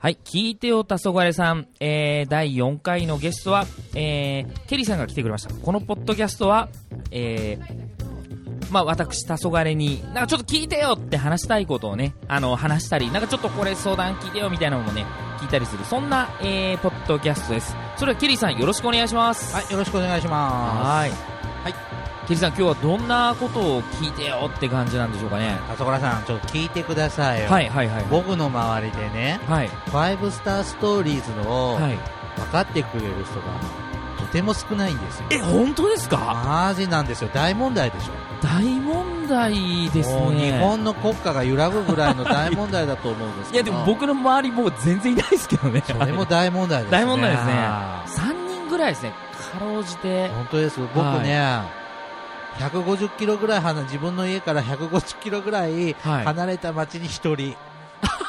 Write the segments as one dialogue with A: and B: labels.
A: はい、聞いてよ、黄昏さん。えー、第4回のゲストは、えー、ケリーさんが来てくれました。このポッドキャストは、えー、まあ私、黄昏に、なんかちょっと聞いてよって話したいことをね、あの、話したり、なんかちょっとこれ相談聞いてよみたいなのもね、聞いたりする、そんな、えー、ポッドキャストです。それではケリーさん、よろしくお願いします。
B: はい、よろしくお願いしま
A: はい。
B: はい。
A: ケリーさん、今日はどんなことを聞いてよって感じなんでしょうかね。
B: す。あそこらさん、ちょっと聞いてくださいよ。
A: はいはいはい。
B: 僕の周りでね、
A: はい。
B: ファイブスターストーリーズの
A: はい。
B: 分かってくれる人がとても少ないんですよ。
A: え、本当ですか
B: マジなんですよ。大問題でしょ。
A: 大問題です
B: もう日
A: ね。
B: 本の国家が揺らぐぐらいの大問題だと思うんで す
A: い
B: け
A: や、
B: ど。
A: でも僕の周りもう全然いないですけどね。
B: それも大問題で すね。
A: 大問題ですね3人ぐらいですね。かろうじて。
B: 本当です。僕ね、150キロぐらい離れ、自分の家から150キロぐらい
A: はい
B: 離れた町に一人。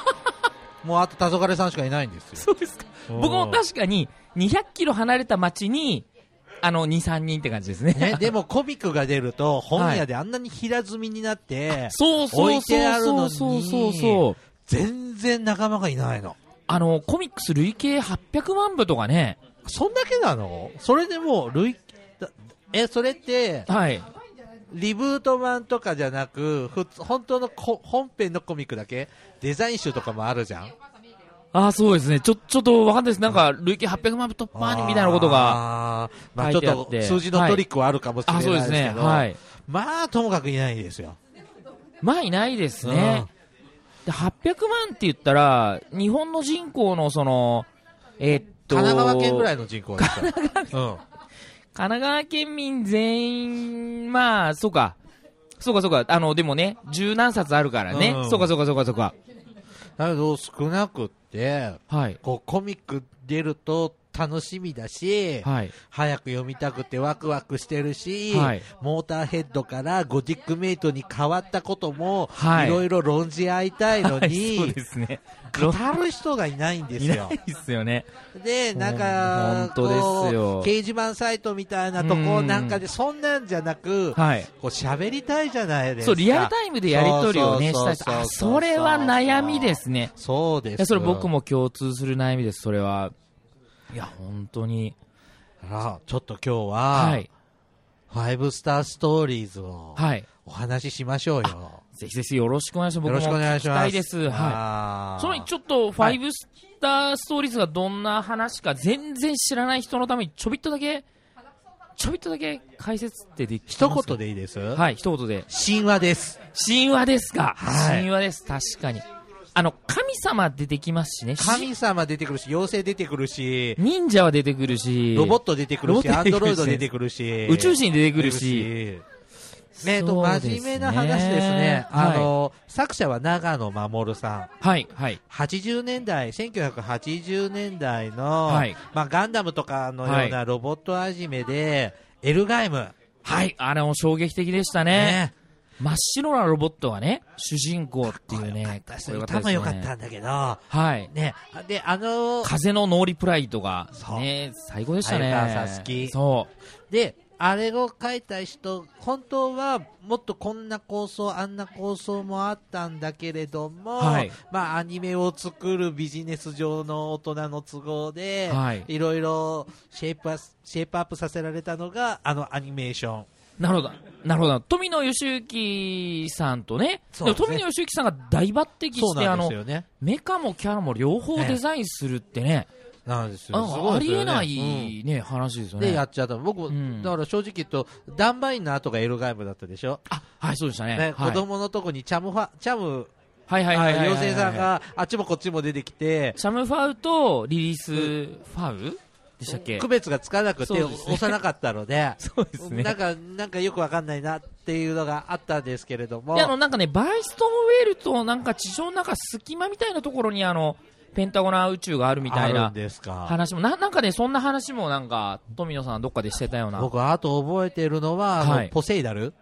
B: もうあと黄昏さんしかいないんですよ。
A: そうですか。 僕も確かに、200キロ離れた町に、あの、2、3人って感じですね。
B: ね、でもコミックが出ると本屋であんなに平積みになって、
A: そうそう
B: 置いてあるの
A: そう
B: に
A: そうそうそう。
B: 全然仲間がいないの。
A: あの、コミックス累計800万部とかね。
B: そんだけなのそれでもう累、だえ、それって、
A: はい。
B: リブート版とかじゃなく、普通本当のこ本編のコミックだけデザイン集とかもあるじゃん
A: ああ、そうですね。ちょ、ちょっとわかんないです。なんか、累計800万部突破みたいなことが。
B: が。あーまあ、ち
A: 書い
B: ょって
A: あっ
B: と
A: て
B: 数字のトリックはあるかもしれ
A: あ
B: な
A: あ、
B: い
A: そう
B: で
A: ですす
B: け
A: ね。
B: ど、
A: はい。
B: まあ、ともかくいないですよ。
A: まあ、いないですね。で800万って言ったら、日本の人口のその、えっと、
B: 神奈川県ぐら
A: い。
B: いの人口ですよ。うん。
A: 神奈川県民全員、まあ、そうか。そうかそうか。あの、でもね、十何冊あるからね。
B: うん
A: そうかそうかそうかそうか。
B: だけど、少なくって、
A: はい。
B: こう、コミック出ると楽しみだし、
A: はい。
B: 早く読みたくてワクワクしてるし、
A: はい
B: モーターヘッドからゴディックメイトに変わったことも、
A: はい
B: いろいろ論じ合いたいの
A: はい、そう
B: に
A: で、すね。
B: 語る人がいないんです
A: いな
B: よ
A: い。ですよね。
B: で、なんか、
A: ほん本当ですよ
B: こう掲示板サイトみたいなとこ
A: うん
B: なんかで、そんなんじゃなく、こ
A: はい。
B: う喋りたいじゃないですか。
A: そう、リアルタイムでやりとりをね、
B: そ
A: した
B: う
A: いあ、
B: そうそうそう
A: それは悩みですね。
B: そうで
A: い
B: すよ
A: や、それ僕。も共通する悩みです、それは。いや、本当に。
B: あらちょっと今日は、
A: はい。
B: ファイブスターストーリーズを
A: はい。
B: お話ししましょうよ。
A: ぜひぜひよろしくお願いします。僕
B: よ
A: も
B: ろしくお願
A: 聞
B: い
A: き
B: します。
A: たいです。は。
B: はい
A: その前に
B: ょ
A: ちょっと、ファイブスターストーリーズがどんな話か全然知らない人のためにちょびっとだけ、ちょびっとだけ解説ってできます
B: 一言でいいです、
A: 言はい、一言で。
B: 神話です。
A: 神話ですか。
B: はい
A: 神話です、確かに。あの、神様出てきますしね。
B: 神様出てくるし、妖精出てくるし、
A: 忍者は出てくるし、
B: ロボット出てくるし、
A: ロボット出
B: アン
A: て
B: ド
A: く
B: ロ
A: るし
B: イド出てくるし、
A: 宇宙人出てくる
B: 出
A: し、
B: てくるしねえと、
A: そうです
B: 真
A: ね
B: 面目な話ですね。あの、作者は長野守さん。
A: はい、はい、
B: 80年代、1980年代の、
A: はい
B: まあ、ガンダムとかのようなロボットアニメで、エルガイム。
A: はい、あれも衝撃的でしたね。
B: ね
A: 真っ白なロボットがね、主人公っていうね、
B: え
A: かっこよ
B: 歌も良か
A: で
B: っ
A: すね
B: たんだけど、
A: はい。
B: ね、で、あの、
A: 風のノーリプライとか
B: そ、う
A: ね、最高でしたね。
B: 鮎川さん好き
A: そう。
B: で、あれを書いた人、本当はもっとこんな構想、あんな構想もあったんだけれども、
A: はい
B: まあアニメを作るビジネス上の大人の都合で、
A: はい
B: ろいろシェイプアシェイプアップさせられたのがあのアニメーション。
A: なるほど。なるほど。富野義行さんとね、
B: そ
A: で
B: うで
A: も
B: すね
A: 富野義行さんが大抜擢
B: そう
A: して、
B: な
A: あ
B: んで
A: の
B: す、よね。
A: メカもキャラも両方デザインするってね、
B: なんです
A: あ
B: よ。すご
A: あ
B: いです
A: りえ
B: よね
A: ないね、話です
B: う
A: よ
B: んで、
A: ね。
B: やっちゃった。僕も、
A: うん
B: だから正直言うと、ダンバインの後がエルガイムだったでしょ、
A: あ、はい、そうでしたね
B: ね。
A: はい
B: 子供のとこにチャムファ、チャム、
A: はいはいはいはいはいはい。
B: 妖精さんがあっちもこっちも出てきて、
A: シャムファウとリリースファウでしたっけ
B: 区別がつかなくて、
A: そうですね
B: 幼かったので
A: そうですね
B: なんかなんかよくわかんないなっていうのがあったんですけれども
A: であのなんかねバイストンウェールとなんか地上の中隙間みたいなところにあのペンタゴナ宇宙があるみたい
B: ある
A: なん
B: ですか
A: 話もななんかねそんな話もなんか富野さんどっかでしてたような
B: 僕はあと覚えてるのは、あの
A: はい
B: ポセイダル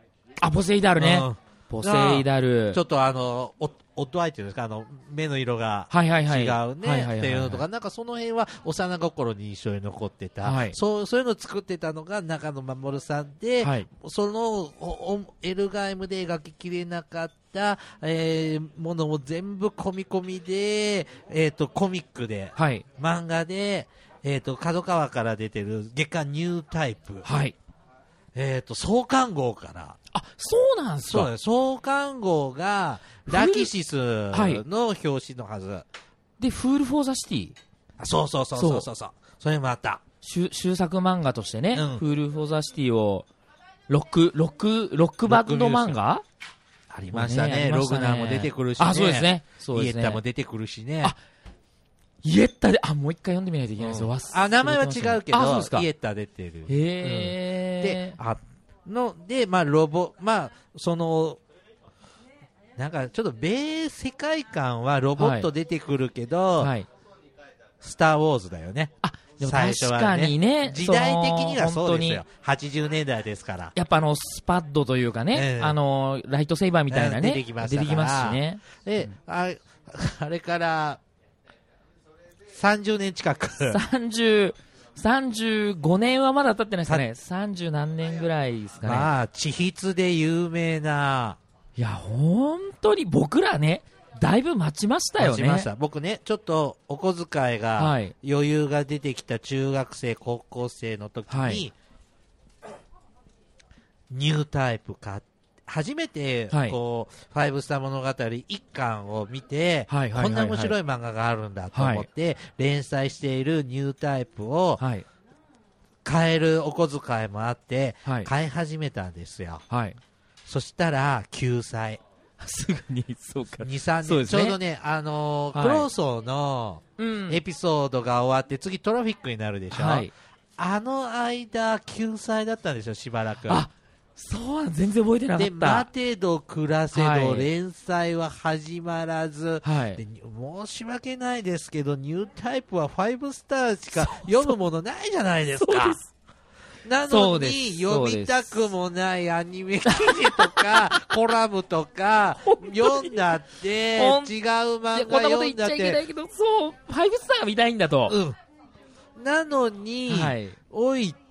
A: あポセイダルね
B: うん
A: ポセイダル
B: ちょっとあの、お音合いっていうんですか、あの、目の色が
A: はいはいはい
B: 違う
A: はいは
B: ね
A: い
B: っていうのと
A: は
B: か、なんかその辺は幼心に印象に残ってた、
A: はい
B: そうそういうのを作ってたのが中野守さんで、
A: いはい
B: そのおおエルガイムで描ききれなかった、えーものを全部込み込みで、えっとコミックで、
A: はい
B: 漫画で、えっと角川から出てる月刊ニュータイプ、
A: はい
B: えっと創刊号から。
A: あそうなんす
B: そうだ
A: か
B: ね、創刊号が、
A: 古い
B: ラキシスの表紙のはず。
A: で「フール・フォー・ザ・シティ
B: あそうそうそうそうそうそう。それもあった。」
A: 終終作漫画としてね
B: うん
A: 「フール・フォー・ザ・シティ」をロックロックロックバンド漫画
B: あ
A: い
B: りましたね。ログナーも出てくるし、ね。
A: あそうです。ねそう
B: イエ
A: です
B: ッタも
A: ね
B: 出てくるしね。
A: あイエッタであもう一回読んでみないといけないですよ
B: うん
A: 忘れてました
B: あ名前は違うけど、
A: あそうですか
B: イエ
A: へ
B: ッタ出てる。で
A: え、
B: あの、で、まあ、ロボ、まあ、その、なんかちょっと米世界観はロボット出てくるけど、
A: はい
B: スター・ウォーズだよね。
A: あでも
B: 最初
A: 確
B: は
A: か
B: ね
A: にね
B: 時代的には
A: その
B: そうです
A: 本
B: よ。80年代ですから。
A: やっぱあのスパッドというかね、
B: うん
A: あのライトセイバーみたいなね、
B: うん出てきましたから
A: 出てきますしね、
B: で、あ あれから、30年近く。
A: 30 35年はまだ経ってないですかね、30何年ぐらいですかね、
B: まあ、地筆で有名な、
A: いや、本当に僕らね、だいぶ待ちましたよ
B: し
A: ね、
B: ました。僕ね、ちょっとお小遣い
A: は
B: が
A: い、
B: 余裕が出てきた中学生、高校生の時に、
A: はい
B: ニュータイプ買って、初めて、
A: はい
B: こう、ファイブスター物語一巻を見て、
A: はいはいはいはい
B: こんな面白い漫画があるんだと思って、連載しているニュータイプを
A: はい、
B: 買えるお小遣いもあって、
A: はい、
B: 買い始めたんですよ。
A: はい、
B: そしたら、救済。
A: すぐに、そうか
B: 2、3
A: そう
B: 年、
A: です
B: ち
A: ね
B: ょうどね、あのー
A: はい
B: クローソーの
A: うん、
B: エピソードが終わって、次トロフィックになるでしょ。
A: はい、
B: あの間、救済だったんですよ、しばらく。
A: あそうなん、全然覚えてなか
B: で、
A: っ
B: 待
A: た、
B: てど暮らせど、
A: はい
B: 連載は始まらず、
A: はい
B: で、申し訳ないですけど、ニュータイプはファイブスターしか読むものないじゃないです
A: そう
B: か
A: で。
B: な
A: そ
B: の
A: うです
B: に、読みたくもないアニメ記事とか、コラムとか、読んだって、違う
A: ほんいや
B: 漫
A: こ
B: 画
A: んなこと
B: 読
A: 言っ
B: ん
A: ち
B: だ
A: ゃ
B: っ
A: いけな
B: て、
A: いけど、そう、ファイブスターが見たいんだと。
B: うん。なのに、
A: はい
B: 置い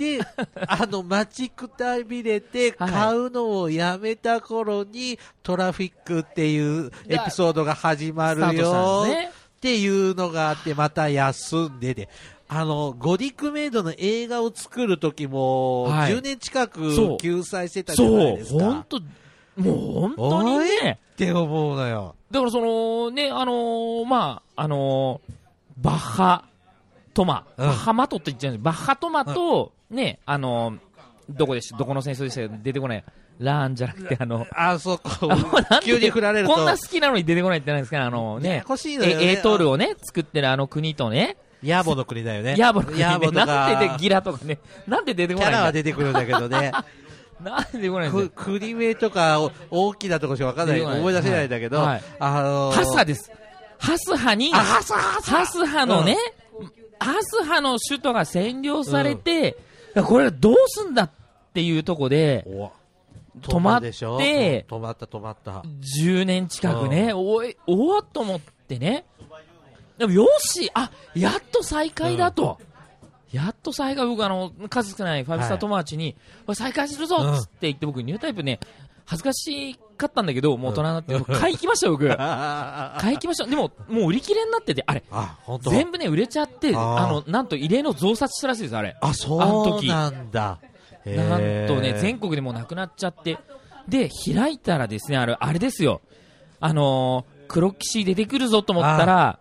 B: て、あの、待ちくたびれて、
A: はい
B: 買うのをやめた頃に、トラフィックっていうエピソードが始ま
A: スタ
B: る
A: ートした
B: よ
A: んです、ね。
B: っていうのがあって、また休んでで、あの、ゴディックメイドの映画を作る時も、
A: はい
B: 10年近
A: そ
B: く
A: う
B: 救済してたじゃない
A: そう
B: で、すか。
A: 本当もう本当にね。
B: って思うのよ。
A: だからその、ね、あのーまあ、あのーバッハトマ、
B: うん
A: バッハマトって言っちゃうんですバッハトマと、ね、あのーどこでしどこの戦争でしたか出てこない。ラーンじゃなくて、あの、
B: あそこ
A: あもうなん、で
B: 急に振られると。
A: こんな好きなのに出てこないってないですかあの
B: や
A: ね
B: や、こしいのよ、ね。
A: エートールをね、作ってるあの国とね、
B: ヤーボの国だよね。
A: ヤーボの国
B: ヤーボ
A: で、
B: とか
A: なんででギラとかね、なんで出てこ
B: キ
A: な
B: ャ
A: いん
B: ラは
A: だ
B: 出てくるんだけどね。
A: なんで出てこないんだ
B: く
A: よ
B: 国名とかお大きなとこしかわかんない
A: 出てこない
B: 思い出せないんだけど、
A: はいはい
B: あのー
A: ハスハです。ハスハに、
B: あハスハハスハ
A: ハスハのね、ハスハの首都が占領されて、これどうすんだっていうとこで、
B: お
A: 止まって
B: でしょ止まった止ま った
A: 10年近くね、おい、おわっと思ってね。でもよし、あ、やっと再開だと。やっと再開、僕あの、数少ないファイブスター友達に、おい再開するぞ
B: うん
A: っつって言って、僕ニュータイプね、恥ずかしかったんだけど、もう大人になって、僕買い行きましたよ、僕。
B: あ
A: 買い行きました。でも、もう売り切れになってて、あれ、
B: 本当
A: 全部ね、売れちゃって、
B: あ
A: あ
B: ー
A: の、なんと異例の増刷したらしいです、あれ。
B: あそうなんだ
A: なんとね、全
B: 国
A: 国でもうなくなっちゃって。で、開いたらですね、あれ、あれですよ。あのー、黒騎士出てくるぞと思ったら、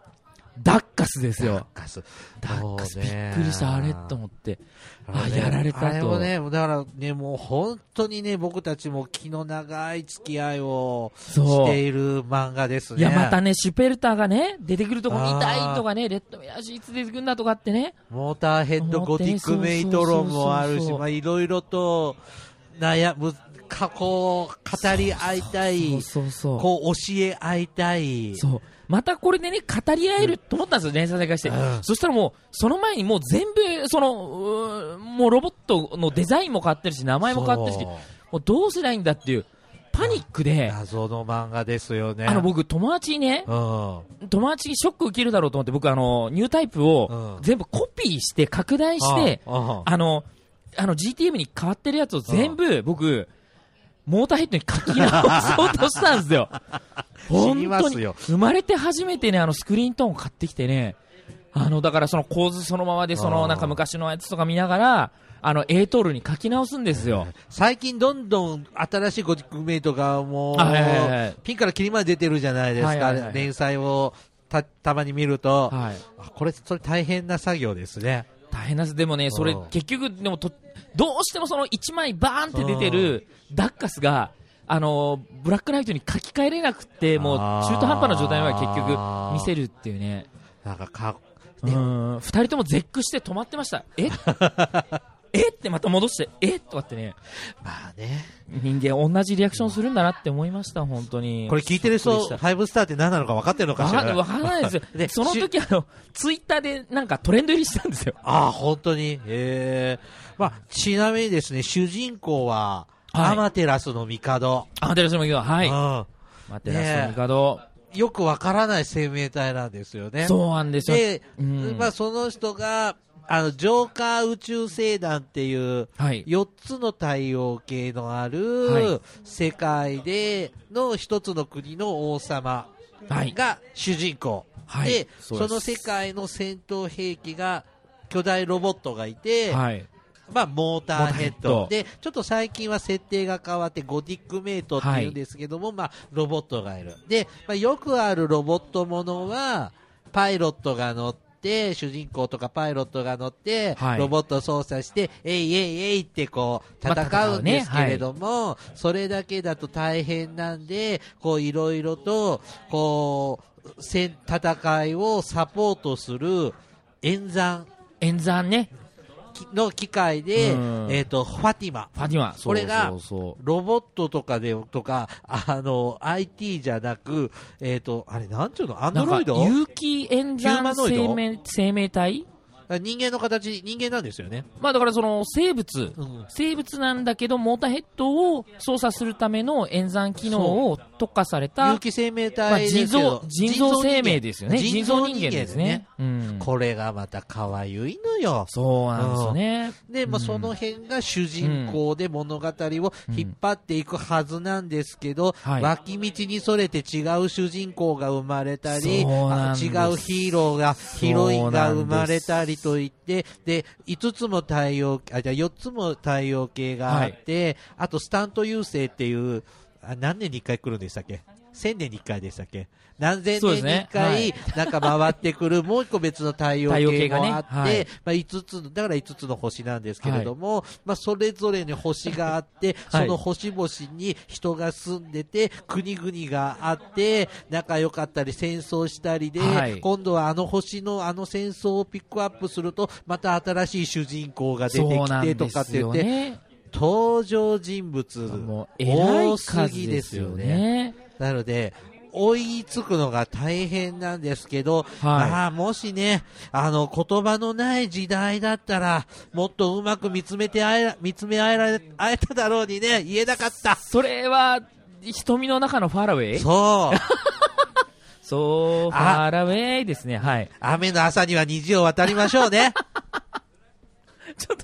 A: ダッカスですよ。
B: ダッカス
A: ダッカス、びっくりした、あれと思って。あ、
B: ね
A: やられたと。
B: あれもね、だからね、もう本当にね、僕たちも気の長い付き合いをし
A: そう
B: て。いる漫画ですね。
A: いや、またね、シュペルターがね、出てくるとこ見た
B: あ
A: い
B: ー
A: とかね、レッドミラージいつ出てくるんだとかってね。
B: モーターヘッド、ゴティックメイト論もある
A: そうそうそう
B: し、
A: そう
B: まあいろいろと悩む、過去を語り合いた
A: そ
B: い、
A: うそうそう。
B: こう教え合いたい。
A: そう。またこれでね、語り合えると思ったんですよ、連載再開して
B: う。ん
A: そしたらもう、その前にもう全部、その、うーもうロボットのデザインも変わってるし、名前も変わってるし、
B: そう
A: もうどうすりゃいいんだっていう、パニックで、
B: 謎の漫画ですよね。
A: あの、僕、友達にね、
B: う
A: 友達にショック受けるだろうと思って、僕、あの、ニュータイプを
B: うん
A: 全部コピーして、拡大
B: ん。
A: して、
B: うん、うん
A: あの、あの GTM に変わってるやつを全部、僕、モーターヘッドに書き直そうとしたんです よ。
B: 死
A: 本
B: にま
A: 当
B: す
A: に。
B: よ
A: 生まれて初めてね、あのスクリーントーンを買ってきてね、あの、だからその構図そのままで、そ
B: あ
A: の
B: ー
A: なんか昔のやつとか見ながら、あの、エートールに書き直すんですよ。
B: 最近どんどん新しいゴジックメイトがもう、
A: あはいはいはい
B: ピンからキリまで出てるじゃないですか、
A: はいはいはいはい
B: 連載をたたまに見ると、
A: はい。
B: あこれ、それ大変な作業ですね。
A: 大変なんです。でもね、それ
B: うん
A: 結局、でもと、どうしてもその1枚バーンって出てるダッカスが、あの、ブラックナイトに書き換えれなくって、もう
B: あー
A: 中途半端な状態まで結局見せるっていうね。
B: なんかか、
A: う
B: ね
A: ん、2人とも絶句して止まってました。え えってまた戻して、えとかってね、
B: まあね、
A: 人間同じリアクションするんだなって思いました、本当に。
B: これ聞いてる人、
A: ショックでし
B: ファイブスターって何なのか分かってるの
A: た
B: か
A: わ
B: し
A: かわ
B: ら。
A: からないですよ。
B: で
A: その時、あの、ツイッターでなんかトレンド入りしたんですよ。
B: ああ、本当に。ええまあ、ちなみにですね、主人公は、
A: はい
B: アマテラスの帝。
A: あ、テラスの帝はい。
B: うん
A: 待って、ラスの帝。
B: よくわからない生命体なんですよね。
A: そうなんですよ。
B: で、
A: うん
B: まあ、その人が、あの、ジョーカー宇宙星団っていう、
A: はい。
B: 4つの太陽系のあ
A: は
B: る世界での一つの国の王様
A: はい。
B: が主人公。
A: はい
B: で
A: そ
B: そう
A: です
B: の世界の戦闘兵器が巨大ロボットがいて、
A: はい。
B: まあ、モーターヘッ
A: モー
B: ド
A: タ
B: で、ちょっと最近は設定が変わって、ゴディックメイトっていうんですけども、まあ、ロボットがいる。で、まあ、よくあるロボットものは、パイロットが乗って、主人公とかパイロットが乗って、
A: はい
B: ロボットを操作して、えいえいえいってこう、
A: まあ
B: 戦うんですけれども、それだけだと大変なんで、こう、いろいろと、こう、戦戦いをサポートする演算
A: 演算ね。
B: きの機械で、
A: うん
B: えっ、と、ファティマ。
A: ファディマ。
B: これ
A: そ
B: が
A: うそうそう
B: ロボットとかで、とか、あの、IT じゃなく、えっ、と、あれ、なんちゅうのアン
A: な
B: ド
A: ん
B: ロ
A: か
B: イド
A: 有機演
B: ヒューマ
A: 算
B: ノイド
A: 生命生命体
B: 人間の形、人間なんですよね。
A: まあだからその生物、
B: うん
A: 生物なんだけどモーターヘッドを操作するための演算機能を特化された、
B: 有機生命
A: まあ、
B: 体ですけ
A: 人
B: ど
A: 造人造生命ですよね人造人間ですね。うん、
B: これがまた可愛いのよ。
A: そうなんですよね、
B: で、まあ、その辺が主人公で物語を引っ張っていくはずなんですけ
A: う
B: ど、
A: んはい
B: 脇道にそれて違う主人公が生まれたり、
A: そうなん
B: あ
A: です
B: 違うヒーローが、ヒロインが生まれたりといって、で、5つも太陽、あ、じゃあ4つも太陽系があって、あとスタント優勢っていう、あ何年に1回来るんでしたっけ1000年に1回でしたっけ何千
A: そうで
B: 年
A: す
B: に
A: ね
B: 1回、なんか回ってくる、もう一個別の太陽
A: 太陽系
B: 系
A: がね
B: もあって、
A: はい
B: まあ、5つの、だから5つの星なんですけれども、まあ、それぞれに星があって、
A: はい
B: その星々に人が住んでて、国々があって、仲良かったり戦争したりで、
A: はい
B: 今度はあの星のあの戦争をピックアップすると、また新しい主人公が出て
A: そう
B: き
A: なん
B: てと
A: で
B: かっ
A: す
B: て言
A: よ
B: って、
A: ね
B: 登場人物
A: もう偉
B: 多
A: い
B: す
A: 数
B: ぎ
A: で
B: ですす
A: よ
B: よね。
A: ね
B: なので、追いつくのが大変なんですけ
A: は
B: ど、
A: い
B: まあ、もしね、あの、言葉のない時代だったら、もっとうまく見つめてあえ、見つめ合えられ、会えただろうにね、言えなかった。
A: それは瞳の中のファラウェイ
B: そう。
A: そう、フ
B: あ
A: ァーラウェイですね。はい。
B: 雨の朝には虹を渡りましょうね。
A: ちょっ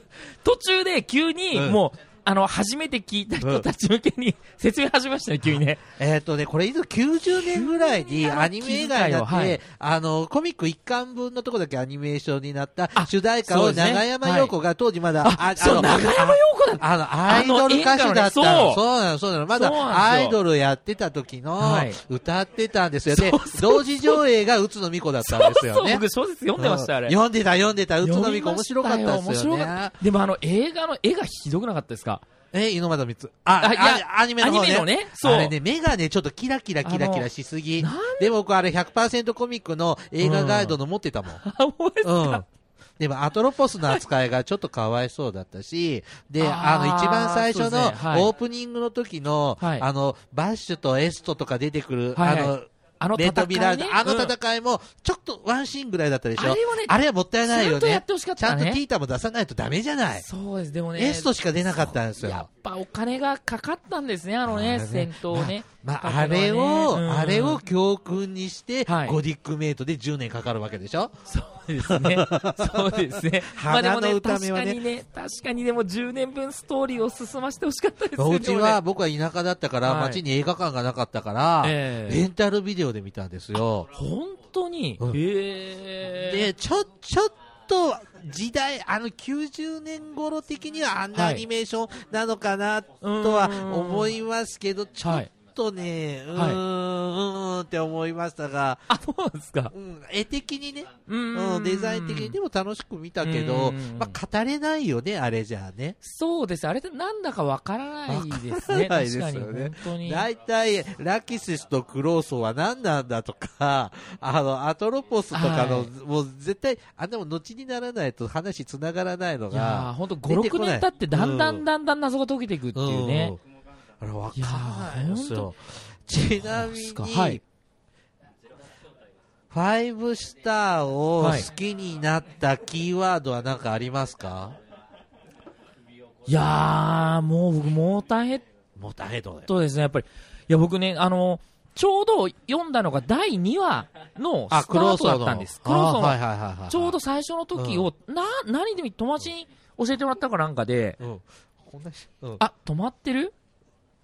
A: と、途中で急に、
B: うん
A: もう、あの、初めて聞いた人たち向けに、説明始めましたね、急にね。
B: えっとね、これ、いつ90年ぐらいにアニメ映画になって、
A: はい
B: あの、コミック一巻分のとこだけアニメーションになった
A: あ
B: 主題歌
A: そうで
B: を
A: すね
B: 長山陽子が当時まだ、あ
A: そう、
B: あ
A: 長
B: の
A: 山洋子だ
B: あの、アイドル歌手だっ
A: あ
B: た
A: の演歌の
B: の。
A: ねそう
B: そうなの、そうなの。ま
A: そうなんです
B: だ、
A: よ
B: アイドルやってた時の
A: はい、
B: 歌ってたんですよ。
A: そう
B: で
A: そうそう、
B: 同時上映が宇都美子だったんです
A: そ
B: よ
A: う、
B: ね。
A: 僕小説読んでました、あ
B: う
A: れ。
B: ん読んでた、読んでた。宇都
A: 読み
B: 美子
A: ま
B: 面
A: し
B: 白かったですよ
A: 面白かっ
B: ね。
A: たでもあの、映画の絵がひどくなかったですか
B: え、井ノ端光。
A: あ
B: あ、
A: いや
B: あアニメの方
A: アニメのね
B: ね。
A: そう
B: あれね、目がね、ちょっとキラキラキラキラしすぎ
A: なん。
B: で、僕あれ100%コミックの映画ガイドの持ってたもん。
A: あ、思い出す
B: うん。でも、アトロポスの扱いがちょっとかわいそうだったし、で、あ
A: あー
B: の、一番最
A: そう
B: 初
A: です
B: の
A: ねはい
B: オープニングの時の、
A: はい
B: あの、バッシュとエストとか出てくる、
A: はいはい
B: あの、
A: あの戦
B: レッドミラー
A: い、
B: ズ
A: ね、
B: あの
A: うん
B: 戦いも、ちょっとワンシーンぐらいだったでしょ。
A: あれはね
B: あれはもったいないよ
A: ちゃんとや
B: ね
A: って。ほしかっ
B: ちゃ
A: た
B: んと
A: ね
B: ティータも出さないとダメじゃない。
A: そうですでもね
B: エストしか出なかったんです
A: やっ
B: よ。
A: ぱお金がかかったんですねあの
B: あ
A: ね
B: れね
A: 戦闘ね
B: ま
A: か
B: あ、
A: か
B: あ
A: るのはね
B: れを、
A: うん
B: あれを教訓にして、
A: はい
B: ゴディックメイトで10年かかるわけでしょ
A: そうですね。そうですね。まあでも
B: 花の
A: ね、
B: 歌
A: 確
B: 目
A: か
B: はね
A: にね、確かにでも10年分ストーリーを進ませてほしかったですよね。
B: うちは、僕は田舎だったから、
A: はい
B: 街に映画館がなかったから、
A: ええ
B: レンタルビデオで見たんですよ。
A: 本当に、
B: うん
A: へえ。
B: で、ちょ、ちょっと、時代、あの、90年頃的にはあんな
A: は
B: ア
A: い
B: ニメーションなのかな、とは思いますけど、ちょ
A: は
B: っ
A: い
B: とね、うーん、
A: はいう
B: ーんって思いましたが、
A: あ、そうなんですか。
B: うん、絵的にね、
A: う
B: うん、デザイン的にでも楽しく見たけど
A: うん、
B: まあ、語れないよね、あれじゃあね。
A: そうです。あれってなんだかわからないです
B: わ
A: ね。
B: から ないです
A: 確
B: よ
A: か
B: ね
A: に、本当に。
B: 大体、ラキシスとクローソは何なんだとか、 あの、アトロポスとかの、
A: はい
B: もう絶対、あ、でも後にならないと話つながらないの
A: いやー、
B: が、
A: ほんと
B: 出
A: 5、
B: てこ
A: 6
B: ない
A: 年経ってだんだ
B: うんん
A: だんだん謎が解けていくっていうね。
B: うん。あれ、わかんないんで
A: い
B: す
A: やー
B: よ。ちな
A: そうで
B: みに
A: す、かはい
B: ファイブスターを
A: はい
B: 好きになったキーワードは何かありますか、
A: いやー、もう僕、モーターヘッ
B: もう大変だよ。
A: ドですね、やっぱり。いや、僕ね、あの、ちょうど読んだのが第2話の
B: あ、
A: スタ
B: クロ
A: ー
B: ー
A: ト
B: ソ
A: だ
B: ー
A: っ
B: の。
A: たんです。ク
B: あ
A: ローソーの
B: はいはいはいはい。
A: ちょうど、最初の時を、な、何でもいい友達に教えてもらったかなんかで、
B: うん。こんなし、うん。
A: あ、止まってる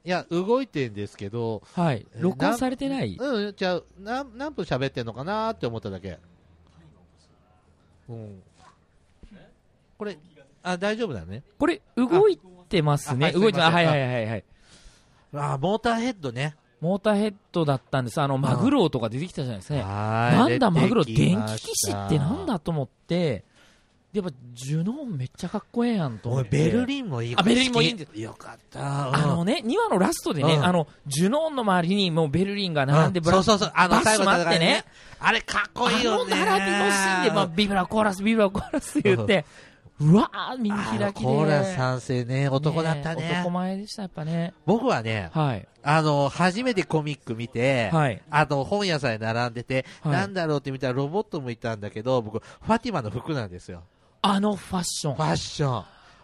B: いや、動いてんですけど、
A: はい。
B: え
A: 録
B: な
A: 音されてない
B: うん、じゃあ、なん何分喋ってんのかなーって思っただけ。うん。これ、あ、大丈夫だね。
A: これ、動いてます
B: あは
A: ね。
B: い
A: 動いてます。
B: す
A: は
B: いませ
A: い
B: ん
A: はいはいはい。
B: あ、モーターヘッドね。
A: モーターヘッドだったんです。あの、マグロとか出てきたじゃないですかね。
B: は
A: な
B: ーい
A: んだマグロ、
B: 出てき
A: 電
B: ました
A: 気騎士ってなんだと思って、やっぱ、ジュノーンめっちゃかっこええやんと思
B: お
A: っ
B: い
A: て。
B: ベルリンもいい
A: あベルリンもいいんで
B: よかった。うん
A: あのね、2話のラストでね、
B: うん
A: あの、ジュノーンの周りにもうベルリンが並んで
B: うん
A: ブラ
B: そうそうそう、あの、
A: バ
B: 最
A: ス
B: 後
A: 待って
B: い
A: ね。。
B: あれ、かっこいいよね。
A: あの並びのシーンで、まあ、ビブラコーラス、ビブラコーラス言って、うわー、右
B: あの
A: 開きで。
B: コーラ賛成ね、男だった
A: え
B: ね
A: 男。前でした、やっぱね。
B: 僕はね、
A: はい。
B: あの、初めてコミック見て、
A: はい。
B: あの、本屋さんに並んでて、
A: はい
B: なんだろうって見たらロボットもいたんだけど、僕、ファティマの服なんですよ。
A: あのファッション。
B: ファッション。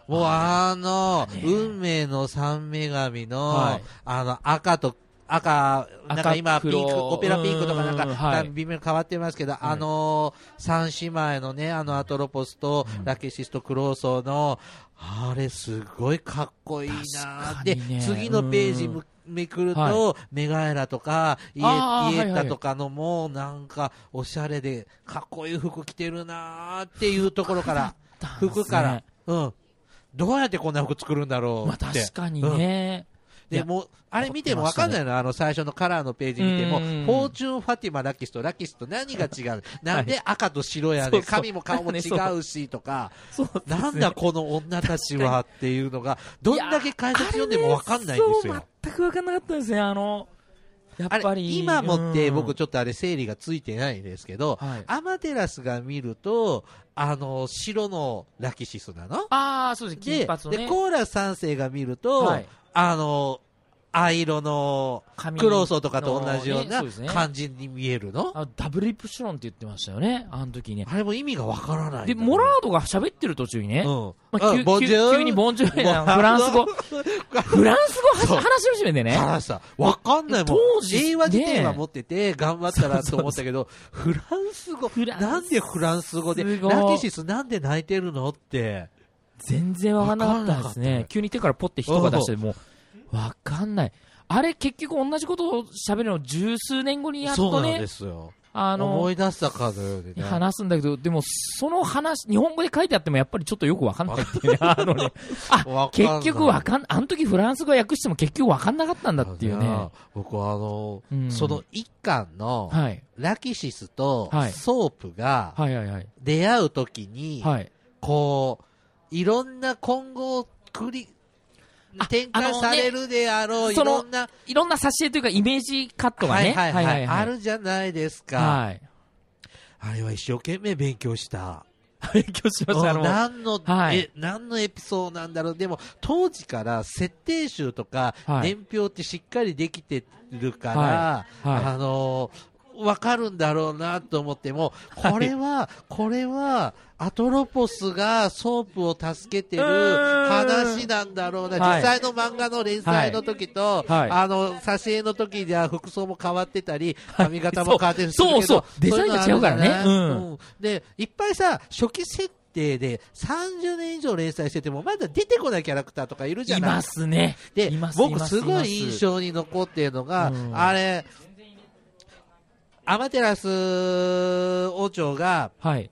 B: もうあの、運命の三女神の、
A: はい
B: あの、赤と、赤、なんか今、
A: 赤
B: ピン
A: 黒
B: ク、オペラピンクとかなんか、
A: うんはい
B: なんか微妙に変わってますけど、あの、三姉妹のね、あの、アトロポスと、ラケシスとクローソーの、あれ、すごいかっこいい
A: 確
B: な
A: か
B: で、
A: にね
B: 次のページむめくると、
A: は
B: メガエラとか、イエ
A: あー
B: イエッ
A: はいは
B: タ
A: い
B: とかのも、なんか、おしゃれで、かっこいい服着てるなーっていうところから、服から、うん、どうやってこんな服作るんだろう
A: まあ
B: って、
A: 確かにね。
B: うん
A: い
B: で
A: や
B: もうあれ見ても分かんないの、あの最初のカラーのページ見ても、
A: う
B: フ
A: ん
B: ォーチュン・ファティマ・ラキスとラキスと何が違う、なんで赤と白や
A: そうそ
B: ね、
A: う
B: 髪も顔も違うしとか、
A: そうですね
B: なんだこの女たちはっていうのが、どんだけ解説読んでも分かんな
A: あ
B: いんです
A: れね
B: よ。
A: そう、全く分かんなかったですね、あの、やっ
B: あ
A: ぱ
B: れ、
A: り。
B: 今もって僕
A: うん
B: ちょっとあれ整理がついてないんですけど、
A: はい
B: アマテラスが見ると、あの、白のラキシスなの
A: あー、そうです、
B: で、
A: 金髪の
B: で
A: ね。
B: コーラ3世が見ると、
A: はい
B: あの、藍色の
A: 髪の
B: クローソーとかと同じよう
A: ね
B: な
A: そうですね
B: 感じに見えるの
A: あのダブルリプシロンって言ってましたよね、あの時ね。
B: あれも意味がわからないんだ
A: で、
B: よ。
A: モラードが喋ってる途中にね、
B: うん。
A: まあ
B: う
A: 急
B: んボンジュール
A: 急にボンジュールやな
B: ボン
A: フランス語。フランス語
B: そう
A: は話し始めてね。
B: 話した。わかんないもん。
A: 当時
B: 英和辞典は持ってて、頑張ったらと思ったけど、フランス語。
A: フランス
B: なんでフランス語で、
A: すごい
B: ラキシスなんで泣いてるのって。
A: 全然わかんなかったです
B: わかんなかっ
A: ね
B: た。
A: 急に手からポッて人が出して、もう、わかんない。あれ結局同じことを喋るの十数年後にやっ
B: そ
A: と
B: うなん
A: ね
B: で、すよ。
A: あ
B: 思
A: の、
B: い出したかのようにね。
A: 話すんだけど、でもその話、日本語で書いてあってもやっぱりちょっとよくわかんないって いうね、あのね。あ
B: わ、かんない
A: 結局わかん、あの時フランス語訳しても結局わかんなかったんだっていう
B: い
A: ね
B: や。。僕はあの、
A: うん
B: その一巻の、
A: はい。
B: ラキシスと
A: はい
B: ソープが
A: はいはいはい。
B: 出会うときに、
A: はい。
B: こう、いろんな今後を繰り、
A: あ
B: 展開されるであろう、
A: ね
B: い
A: その
B: ろんな、
A: いろんな挿絵というかイメージカットが
B: は
A: ね。
B: いはいはい、あるじゃないですか。
A: はい。
B: あれは一生懸命勉強した。
A: 勉強しました、あ
B: う
A: の
B: ん。何の、
A: はい
B: え、何のエピソードなんだろう。でも、当時から設定集とか
A: はい
B: 年表ってしっかりできてるから、
A: はいはい
B: あのーわかるんだろうなと思っても、これは、これは、アトロポスがソープを助けてる話なんだろうな。
A: はい
B: 実際の漫画の連載の時
A: は
B: と、
A: いはい
B: あの、挿絵の時じゃ服装も変わってたり、
A: い
B: 髪型も変わってるし
A: そうそうそう
B: い
A: デ
B: の
A: ザインが違うからね
B: あるじゃない
A: うん
B: うんで、いっぱいさ、初期設定で30年以上連載してても、まだ出てこないキャラクターとかいるじゃ
A: い
B: ない
A: ますね。
B: で
A: います
B: 僕すごい
A: ます
B: 印象に残っているのが、
A: うん
B: あれアマテラス王朝が
A: はい。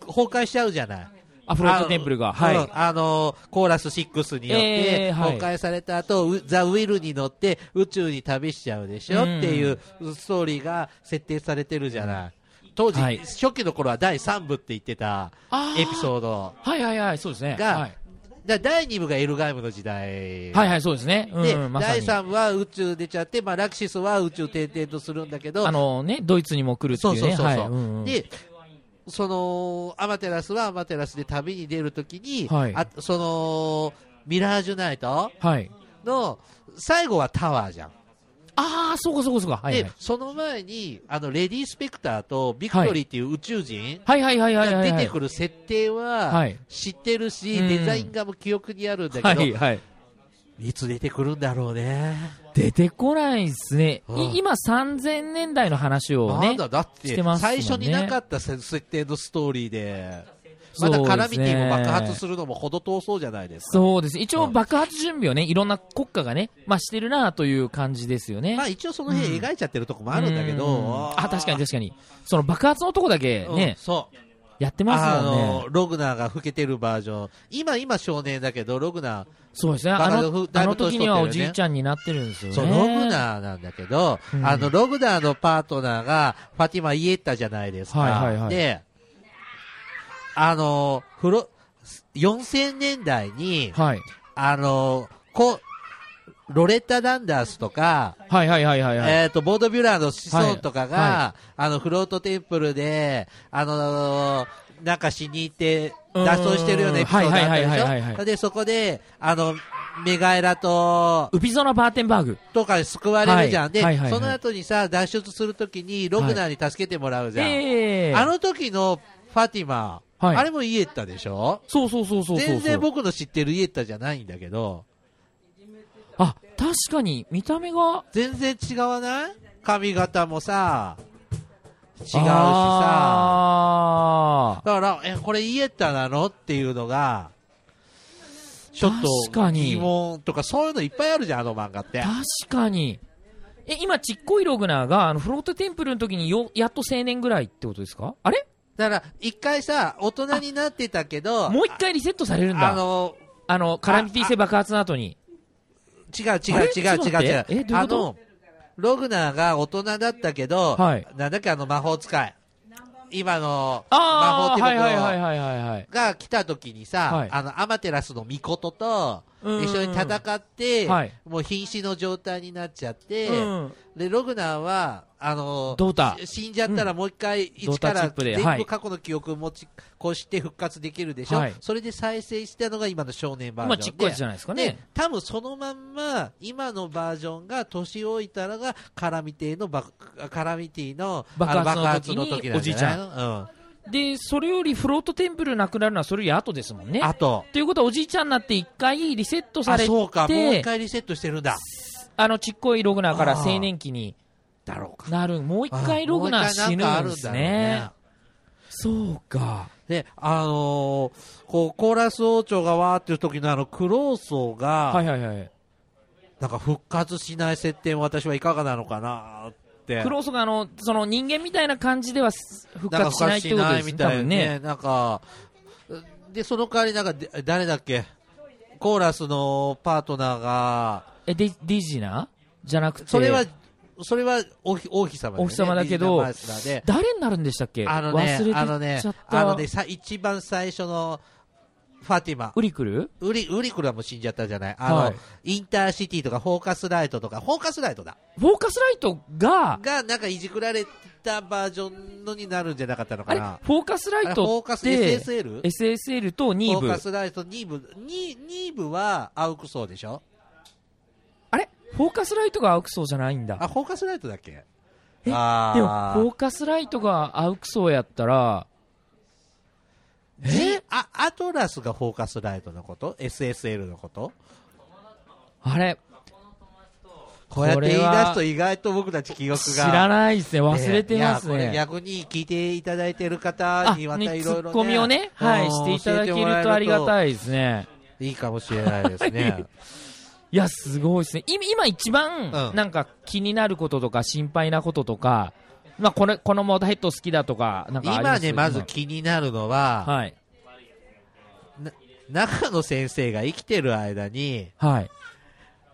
B: 崩壊しちゃうじゃない
A: アフロートテンプルが。は
B: うん
A: い。
B: あのコーラス6によって
A: えーはい
B: 崩壊された後、うザ・ウィルに乗って宇宙に旅しちゃうでしょ、
A: うん
B: っていうストーリーが設定されてるじゃない当時、
A: はい
B: 初期の頃は第3部って言ってた
A: あ
B: エピ
A: ード。
B: ソー ド
A: はいはいはい、そうですね。
B: が
A: はい
B: だ第2部がエルガイムの時代
A: はいはい、そうですね。うん
B: で、
A: うん、まさ
B: 第
A: に。
B: 3は宇宙出ちゃって、まあ、ラクシスは宇宙転々とするんだけど、
A: あのね、ドイツにも来るって
B: そう
A: いう
B: そう
A: ね。
B: そうそう、
A: はいうんうん
B: で、その、アマテラスはアマテラスで旅に出るときに、
A: はい
B: あ、その、ミラージュナイト
A: はい。
B: の最後はタワーじゃん。
A: ああ、そうかそうかそうか。はいはい
B: で、。その前に、あの、レディー・スペクターとビクトリーっていう宇宙人
A: はいはいはいはい
B: が
A: はい
B: 出
A: はい。
B: てくる設定
A: は
B: はい知ってるし、
A: うん
B: デザイン画も記憶にあるんだけど、
A: はいはい。
B: いつ出てくるんだろうね。
A: 出てこないですね。
B: うん
A: い今3000年代の話を
B: ま
A: ね。
B: だだっ
A: しててますもん
B: 最
A: ね
B: 初になかった設定のストーリーで、
A: そ
B: ま
A: うで
B: だ
A: すね
B: カラミティも爆発するのもほど遠そうじゃないですか。
A: そうです。一応
B: うん
A: 爆発準備をね、いろんな国家がね、まあしてるなという感じですよね。
B: まあ一応その辺
A: うん
B: 描いちゃってるとこもあるんだけど、
A: う
B: あ
A: んあ、確かに
B: で
A: 確かに。その爆発のとこだけね、
B: そう。
A: やってま
B: あ
A: すもんね
B: の、。ログナーが老けてるバージョン。今、今少年だけど、ログナ
A: そうですね。
B: バ
A: あ
B: カだ
A: の
B: ふ、だ
A: あ
B: い
A: の
B: ぶ
A: 時
B: 年取って
A: に
B: るよ
A: は
B: ね
A: おじいちゃんになってるんですよね。
B: ー、そう、ログナーなんだけど、
A: うん
B: あの、ログナーのパートナーが、ファティマ・イエッタじゃないですか。
A: はいはいはい
B: で、あの、フロ、4000年代に、
A: はい。
B: あのこロレッタ・ダンダースとか、
A: はいはいはいはいはい。
B: えっ、と、ボードビュラーの子孫とかが、
A: はい
B: あの、フロートテンプルで、あのなんか死に行って、
A: うん
B: 脱走してるようなエピソードがあ
A: はいはいはい
B: っ
A: は
B: た
A: いはい
B: でし
A: は
B: ょで、そこで、あの、メガエラと、
A: ウピゾナバーテンバーグ。
B: とか救われるじゃん。
A: はい
B: で、
A: はいはいはい
B: その後にさ、脱出するときに、ログナーに助けてもらうじゃん。
A: ええ
B: あの時のファティマ、
A: はい
B: あれもイエッタでしょ
A: そうそうそうそうそうそう。
B: 全然僕の知ってるイエッタじゃないんだけど、
A: あ、確かに、見た目が。
B: 全然違わない髪型もさ、違うしさ。
A: あ
B: だから、え、これイエッタなのっていうのが、ちょっ
A: 確
B: と
A: かに
B: 疑問とか、そういうのいっぱいあるじゃん、あの漫画って
A: ー。。確かに。え、今、ちっこいログナーが、あの、フロートテンプルの時によ、やっと青年ぐらいってことですかあれ
B: だから、一回さ、大人になってたけど、
A: もう一回リセットされるん
B: あ
A: だ。
B: あ
A: あの、
B: の、
A: カラミティ性爆発の後に。あれちょっと待
B: 違う違う違う違う違
A: っ
B: う
A: てえ。どうい
B: あ
A: うこと
B: の、ログナーが大人だったけど、
A: はい
B: なんだっけ、あの魔法使い。今の、魔
A: ああ、
B: 法って
A: はいはいいうはい
B: の
A: はいはいはい。
B: が来た時にさ、
A: はい
B: あの、アマテラスの巫女と、
A: うん
B: 一緒に戦って、
A: はい
B: もう瀕死の状態になっちゃって、
A: うん。
B: で、ログナーは、あの
A: ドータ
B: し死んじゃったらもう一回、一
A: ド
B: か
A: ータチッ
B: ら
A: プで
B: 全
A: はい
B: 部過去の記憶を持ち越して復活できるでしょ、
A: はい
B: それで再生したのが今の少年バ
A: 今、
B: ージ
A: ち
B: ョ
A: っ
B: ン
A: こい
B: で
A: やつじゃないですか
B: で
A: ね。
B: 多分そのまんま今のバージョンが年老いたらがカラミティのバカラミティの
A: 爆発の時に
B: あなんじゃないの
A: で、それよりフロートテンプルなくなるのはそれより後ですもんね
B: うん、。あと
A: ということはおじいちゃんになって一回リセットさ
B: あ
A: れて、
B: そうかもう一回リセットしてるんだ
A: あのちっこいログナーから
B: あー
A: 青年期に
B: だろうか
A: なる、もう一回ログナー死ぬんですね。そうか。
B: であのーこうコーラス王朝がわーっていう時のあのクローソーが、
A: はいはいはい。
B: なんか復活しない設定も私はいかがなのかなって
A: クローソがあの、その人間みたいな感じではす復活しないってことですね、多分ね。
B: なんか、で、その代わりなんか、で誰だっけコーラスのパートナーが、
A: え、ディディジナじゃなくて、
B: それは、それは王妃王妃様だよね
A: 王妃様だけど
B: ビジネスマスターで
A: 誰になるんでしたっけ
B: あの
A: 忘れ
B: ね
A: て、
B: あのね
A: っちゃっ、た。
B: あのね、さ一番最初のファティマ。
A: ウリクル
B: ウリ、ウリクラも死んじゃったじゃないあの、
A: はい
B: インターシティとかフォーカスライトとか、フォーカスライトだ。
A: フォーカスライトが、
B: が、なんかいじくられたバージョンのになるんじゃなかったの
A: あ
B: か
A: れ
B: な
A: フォーカスライ
B: あれフォ
A: ト
B: ーカ
A: っ
B: ス
A: て、
B: SSL?
A: SSL と
B: フ
A: ニ
B: ォ
A: ーブ
B: ーカスライト2部、2, 2部はアウクソーでしょ
A: あれフォーカスライトが青くそうじゃないんだ。
B: あ、フォーカスライトだっけ
A: えでもフ
B: あー
A: ォーカスライトが青くそうやったら
B: えあ、アトラスがフォーカスライトのこと ?SSL のこと
A: あれ
B: こうやって言い出
A: これ
B: す
A: は
B: と意外と僕たち記憶が。
A: 知らないですね忘れてます
B: いやこれ
A: ね
B: 逆に聞いていただいてる方にまたい
A: ツ
B: ろいろ、ね。
A: ッコミをね、は
B: う
A: い、
B: ん
A: していただけ
B: 教えてもらえ
A: るとありがたいですね。
B: い。いいかもしれないですね。
A: いや、すごいですね。今、今一番
B: う、ん
A: なんか気になることとか心配なこととか、まあ、これ、このモーターヘッド好きだとか、 なんかあり
B: 今
A: ます
B: ね、まず気になるのは、
A: はい。
B: 中野先生が生きてる間に、
A: はい。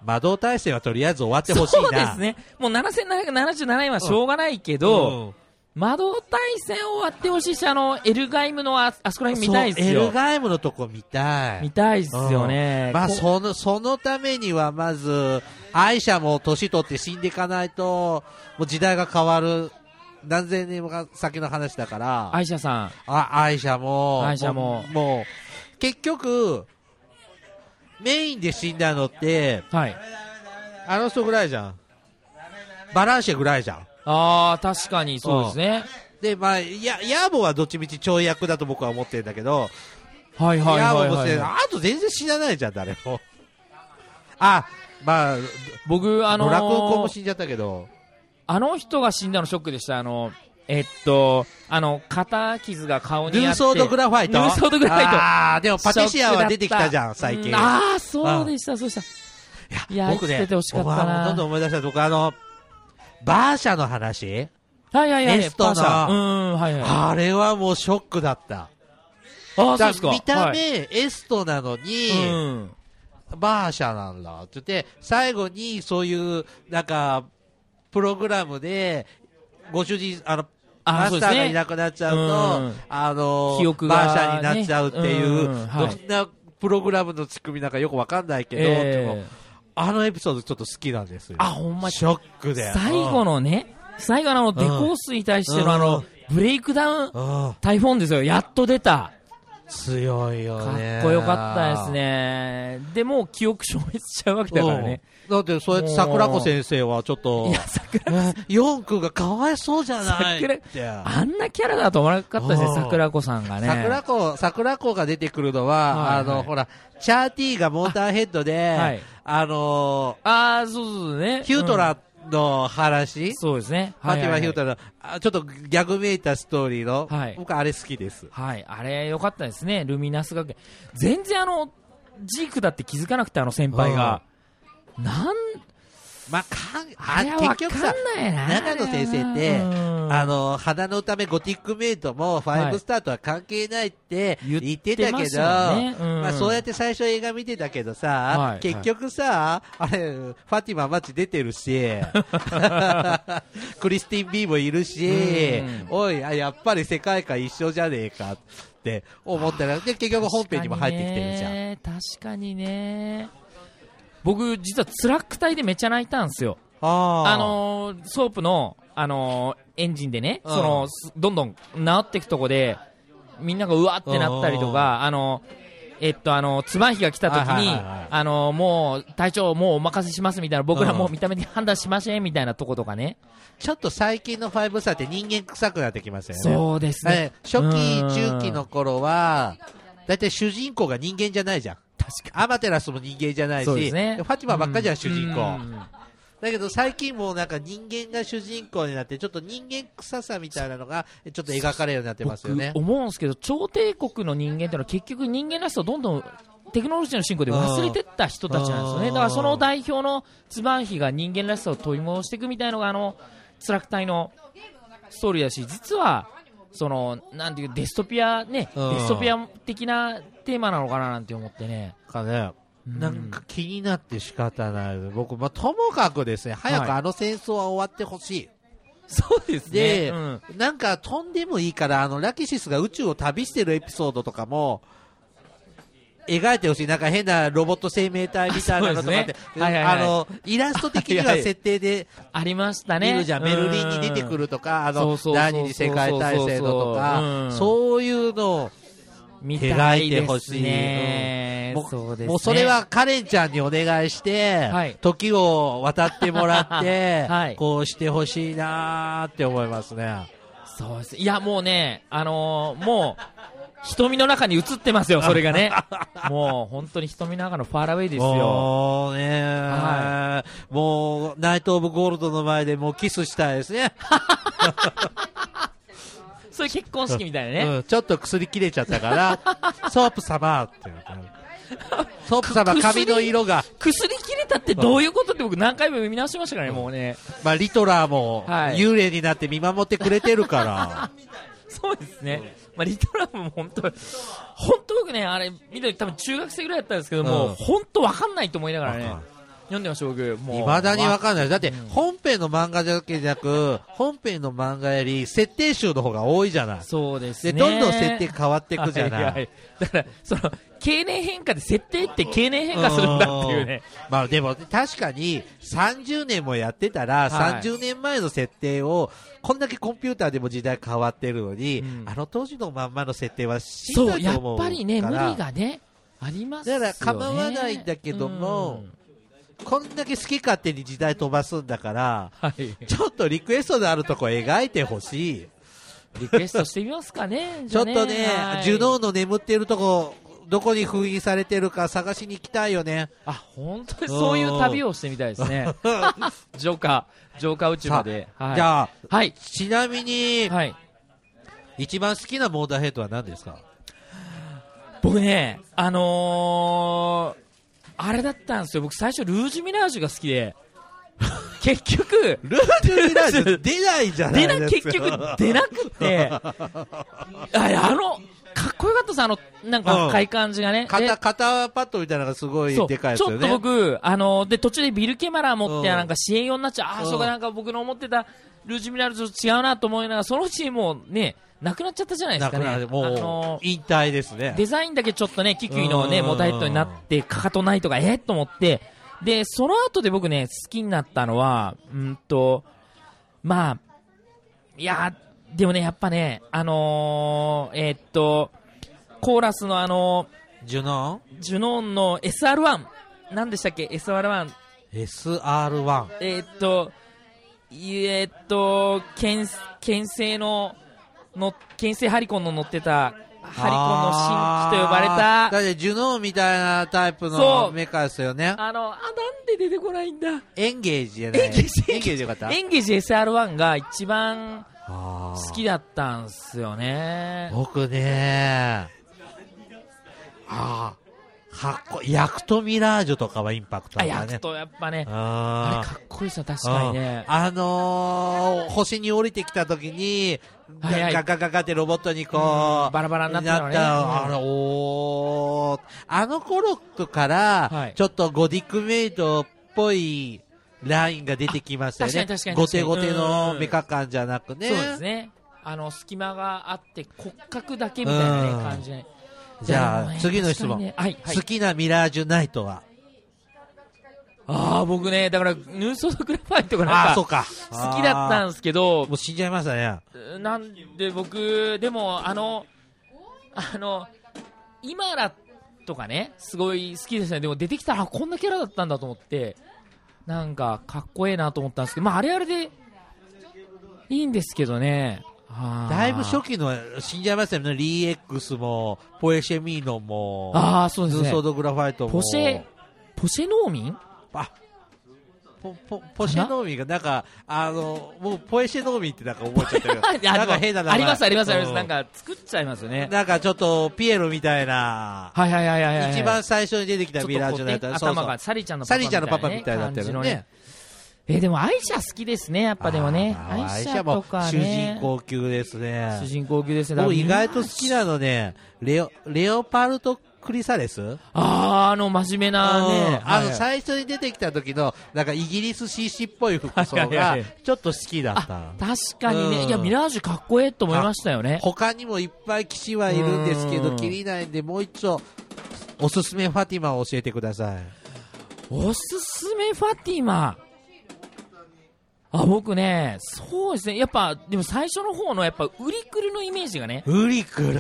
B: 魔導大戦はとりあえず終わってほしいな。
A: そうですね。もう7777円はしょうがないけ
B: うん。
A: ど、魔導対戦終わってほしいし、あの、エルガイムのああそこら辺見たいです
B: そうエル
A: よ。
B: ガイムのとこ見たい。
A: 見たいですよね
B: う。んまあ、
A: こ
B: その、そのためには、まず、愛者も年取って死んでいかないと、もう時代が変わる、何千年も先の話だから、
A: アイシャさん。
B: あ愛者も、
A: 愛者も
B: うもう、結局、メインで死んだのって、
A: はい。
B: あの人ぐらいじゃん。バランシェぐらいじゃん。
A: ああ、確かにそうですね。
B: で、まあ、や、ヤーボはどっちみち跳躍だと僕は思ってるんだけど、
A: はいはい
B: ヤー
A: はい
B: ボも
A: は
B: して
A: い。
B: あと全然死なないじゃん、誰も。あ、まあ、
A: 僕、あ
B: あ
A: の
B: の
A: ー
B: 落語も死んじゃったけど、
A: あの人が死んだのショックでした。あの、えっと、あの、肩傷が顔に
B: ル
A: あって。
B: ーソードグラファイト。
A: ルーソードグラファイト
B: ああ、でもパティシアは出てきたじゃん、
A: ショッ
B: 最
A: クだった
B: 近。
A: うんああ、そうでした、そうでした。いや
B: 僕
A: 生きて
B: ね
A: てほしか、ったな
B: 僕はどんどん思い出した僕、あの、バーシャの話、
A: はいはいはい。
B: エストの
A: パーシャうん、はいはい。あ
B: あれはもうショックだった。
A: あ、そうです
B: だ
A: か。
B: 見た
A: はい
B: 目、エストなのに、
A: うん。
B: バーシャなんだって言って、最後にそういう、なんか、プログラムで、ご主人、あの、
A: あ
B: マ
A: そう
B: ス
A: で
B: タ
A: す
B: ーが
A: ね
B: いなくなっちゃう
A: う
B: と
A: ん、
B: あの、
A: 記憶がね
B: バーシャになっちゃうっていう、
A: うんはい
B: どんなプログラムの仕組みなんかよくわかんないけど、でも
A: えー
B: あのエピソードちょっと好きなんですよ。
A: あ、ほんま
B: ショックで。
A: 最後のね、最後のあの、デコースに対してのあ
B: う
A: の
B: ん、
A: ブレイクダウン、
B: うん、うん
A: 台本ですよ。やっと出た。
B: 強いよ
A: か
B: ね。
A: っこよかったですね。でも、記憶消滅しちゃうわけだからね。
B: うん。だって、そうやって桜子先生はちょっと
A: いや、、桜
B: えーヨン君がかわいそうじゃない
A: 桜
B: って
A: あんなキャラだと思わなかったですね
B: う、ん
A: 桜子さんがね。
B: 桜子、桜子が出てくるの
A: は
B: は、
A: いはい
B: あの、ほら、チャーティーがモーターヘッドで、あ,、
A: はい
B: の
A: ああ、そうそうそうね。
B: ー、ヒュートラの話、
A: うんそうですね。
B: ファティマ・
A: い
B: ヒュー
A: い
B: トラの、あちょっとギャグめいたストーリーの、
A: はい
B: 僕あれ好きです。
A: はい、あれ良かったですね、ルミナス学園。全然あの、ジークだって気づかなくて、あの先輩が。なん、
B: まあ、かん
A: あ
B: あ
A: れは
B: 結
A: わ
B: 局
A: か
B: さ
A: ん、ないな。
B: 長野先生って、
A: うん
B: あの、花のためゴティックメイトもファイブスターとは関係ないって
A: 言
B: 言
A: っ
B: って
A: て
B: たけど、
A: ま
B: ま
A: したよねうん
B: あそうやって最初映画見てたけどさ、
A: はい
B: 結局さ、あれ、ファティママチ出て るし、クリスティン・ビーもいるし、
A: うん
B: おいあ、やっぱり世界観一緒じゃねえかって思ったら、で、結局本編にも入ってきてるじゃん。
A: ん。確かにね。僕、実はスラック隊でめっちゃ泣いたんですよ。
B: あー
A: あのーソープの、あのーエンジンでね、
B: うん
A: そのすどんどん治っていくとこでみんながうわってなったりとか、あのーえっとあのーつまんひが来た時に、
B: はいはいはいはい
A: あのーもう隊長もうお任せしますみたいな僕ら
B: うん
A: もう見た目で判断しませんみたいなとことかね、
B: ちょっと最近のファイブスターって人間臭くなってきましたよね。
A: そうですね、
B: 初期
A: うん、
B: 中期の頃は、だいたい主人公が人間じゃないじゃん。
A: 確か
B: アマテラスも人間じゃないし、
A: そうですね
B: ファティマばっかじゃん、主人
A: う
B: 公。
A: ん
B: だけど最近もうなんか人間が主人公になって、ちょっと人間臭さみたいなのが、ちょっと描かれるようになってますよね。
A: 僕思うんですけど朝廷国の人間ってのは結局人間らしさをどんどんテクノロジーの進行で忘れてった人たちなんですよね
B: う
A: だ
B: ん
A: からその代表のツバンヒが人間らしさを取り戻していくみたいのがあのスラク隊のストーリーだし実はそのなんていうデストピアね
B: うん
A: デストピア的なテーマなのかななんて思ってね
B: かね。
A: うん
B: なんか気になって仕方ない。僕、まあ、ともかくですね、早
A: はい
B: くあの戦争は終わってほしい。
A: そうです
B: で、
A: うん
B: なんか飛んでもいいから、あの、ラキシスが宇宙を旅してるエピソードとかも、描いてほしい。なんか変なロボット生命体みたいなのとかっ
A: あそ
B: て、
A: うですねはいはいはい
B: あの、イラスト的に
A: は
B: はい
A: はい
B: 設定で
A: ありました
B: 見
A: ね
B: るじゃん。メルリンに出てくるとか、あの
A: そうそう、そうそう
B: 第二次世界大戦のと
A: う
B: か
A: ん、
B: そういうのを
A: 見た
B: 描
A: い
B: い
A: で
B: て
A: す
B: ほしい
A: ね
B: もう
A: そうですね
B: もうそれはカレンちゃんにお願いして、
A: はい
B: 時を渡ってもらって、
A: はい
B: こうしてほしいなーって思いますね。
A: そうですいやもうねあのーもう瞳の中に映ってます よそれがねもう本当に瞳の中のファーラウェイですよ
B: もうねー
A: は
B: もう、ナイト・オブ・ゴールドの前でもうキスしたいですね。
A: それ結婚式みたいなね、
B: うんちょっと薬切れちゃっ たから、ソープ様って言うから。ソープ様、
A: く薬
B: 髪の色が、
A: 薬切れたってどういうことって僕何回も見直しましたからねもうね
B: まあ、リトラーも
A: はい
B: 幽霊になって見守ってくれてるから。
A: そうですね、まあ、リトラムも本当、本当僕ね、あれ見た時多分中学生ぐらいだったんですけども、
B: うん
A: 本当わかんないと思いながらね
B: わかん、
A: 読んでました、僕、 もう。
B: いまだにわ
A: わ
B: かんない。だって、本編の漫画だけじゃなく、本編の漫画より、設定集の方が多いじゃない。
A: そうです
B: で、
A: ね。
B: どんどん設定変わっていくじゃない。
A: はははだから、その、経年変化で設定って経年変化するんだっていうね。
B: うん。まあでも確かに30年もやってた
A: は
B: ら、
A: い
B: 30年前の設定を、こんだけコンピューターでも時代変わってるのに、
A: うん
B: あの当時のまんまの設定はしんど
A: そう、
B: い
A: や
B: と思
A: っ
B: うから。
A: ぱりね、無理がね、ありますよね。
B: だから構わないんだけども
A: うん
B: こんだけ好き勝手に時代飛ばすんだから、
A: はい。
B: ちょっとリクエストのあるとこ描いてほしい。
A: リクエストしてみますかね、
B: ちょっとね、ジュノ
A: ー
B: ーの眠っているとこ、どこに封印されてるか探しに行きたいよね。
A: あ、本当にそういう旅をしてみたいですね。 ジョーカー、ジョーカー宇宙まで。はい。
B: じゃあ、
A: はい。
B: ちなみに、
A: はい。
B: 一番好きなモーダーヘッドは何ですか
A: 僕ね、あのー、あれだったんですよ。僕最初、ルージュミラージュが好き で、結局、
B: ルージュミラージュ出ないじゃな
A: 出
B: い
A: な、
B: です
A: 結
B: か。
A: 局出なく て、ああの、かっこよかったです、あの、なんか
B: うん
A: 赤い感じがね。で
B: 肩、肩パッドみたいなのがすごい
A: そう
B: でかいですよね。
A: ちょっと僕、あので途中でビル・ケマラー持って、
B: うん
A: なんか支援用になっちゃう、ああ、
B: うん
A: そうか、なんか僕の思ってたルージュミラージュと違うなと思いながら、そのうちもうね、なくなっちゃったじゃないです
B: な
A: か
B: く
A: ね。
B: なる、もう、
A: あの
B: 引退ですね。
A: デザインだけちょっとね、キキュイのね、
B: うん
A: モタヘッドになって、かかとないとか、えーと思って、で、その後で僕ね、好きになったのは、うんと、まあ、いやー、でもね、やっぱね、あのー、えーっと、コーラスのあの
B: ジュノ
A: ージュノーンの SR1、なんでしたっけ、SR1、
B: ン ?SR1。
A: えーっと、いえーっと、剣、剣制の、の、剣制ハリコンの乗ってた、ハリコンの新規と呼ばれ
B: あー
A: た、
B: だってジュノーみたいなタイプ
A: そう
B: のメカですよね。
A: あの、あ、なんで出てこないんだ。
B: エンゲージじゃない。エンゲージ。エンゲージよかった。
A: エンゲージ SR1 が一番好
B: 好
A: きだったんすよね。
B: 僕ねああ、かっこいい、ヤクトミラージュとかはインパクトあ
A: あ、
B: るから
A: や
B: ね
A: っ。とやっぱね、あ
B: あ
A: れ
B: ー
A: かっこいいっすよ、確かにね
B: う。んあのー、星に降りてきた時に、
A: はいはい
B: ガガガガってロボットにこ
A: うん
B: う、
A: バラバラになったのね
B: あれ、おーあの頃から、
A: はい
B: ちょっとゴディックメイドっぽいラインが出てきましたよ
A: あ確
B: ね。
A: かに確かに
B: ゴ
A: 確か
B: テ
A: に
B: ゴテのメカ感じゃなくね。
A: そうですね。あの、隙間があって骨格だけみたいなね
B: うん
A: 感じで。
B: じゃ
A: い
B: あ、
A: や
B: 次の質
A: 確
B: 問、
A: かにねはい、はい
B: 好。きなミラージュナイトは
A: ああ、僕ね、だから、ヌーソードグラファイトが
B: あ
A: な
B: あ、
A: ん
B: そう
A: か、
B: か。
A: 好きだった
B: あ
A: んですけど
B: ーも、う死んじゃいましたね。
A: なんで僕、でも、あの、あの、今らとかね、すごい好きですね。でも出てきたら、あこんなキャラだったんだと思って、なんか、かっこええなと思ったんですけど、まあ、あれあれで、いいんですけどね。あー
B: だいぶ初期の死んじゃいましたよね。リーエックスも、ポエシェミーノも、
A: ああ、そう
B: ヌ
A: です
B: ー
A: ね
B: ソー。ドグラファイトも。
A: ポシェ、ポシェ農民
B: あポポポシェノーミーが、なんか、あの、僕、ポエシェノーミーってなんか覚えち ゃったけ
A: あでも
B: ど、なんか変な名前
A: ありますありますあります。
B: う
A: なんか、作っちゃいますよね。
B: なんかちょっと、ピエロみたいな、
A: はいはいはいはいはい。
B: 一番最初に出てき
A: ちょ
B: た
A: っとこう
B: ミラージュナイト
A: ね
B: そうそう
A: 頭がサリちゃんの
B: サリーちゃんのパパみたいになっ
A: 感
B: て
A: じ
B: る
A: の
B: ね。
A: ね。えーでもアイシャ好きですね、やっぱでもね。
B: あーまあ
A: アイシ
B: アイシ
A: ャ
B: ャも
A: とか
B: 主人
A: ね。
B: 公級ですね。
A: 主人公級ですね。
B: 僕意外と好き
A: だから
B: なのね、レオ、レオパルト・クリサレス
A: あー、あの、真面目なね。
B: あの、
A: はい
B: 最初に出てきた時の、なんかイギリス紳士っぽい服装
A: はいはいは
B: が
A: い、
B: ちょっと好きだった。
A: 確かにね、
B: うん
A: いや、ミラージュかっこええと思いましたよね。
B: 他にもいっぱい騎士はいるんですけ
A: う
B: ど、
A: ん
B: 切りないんで、もう一度、おすすめファティマを教えてください。
A: おすすめファティマ。あ僕ね、そうですね、やっぱ、でも最初の方のやっぱ、ウリクルのイメージがね、
B: ウリクル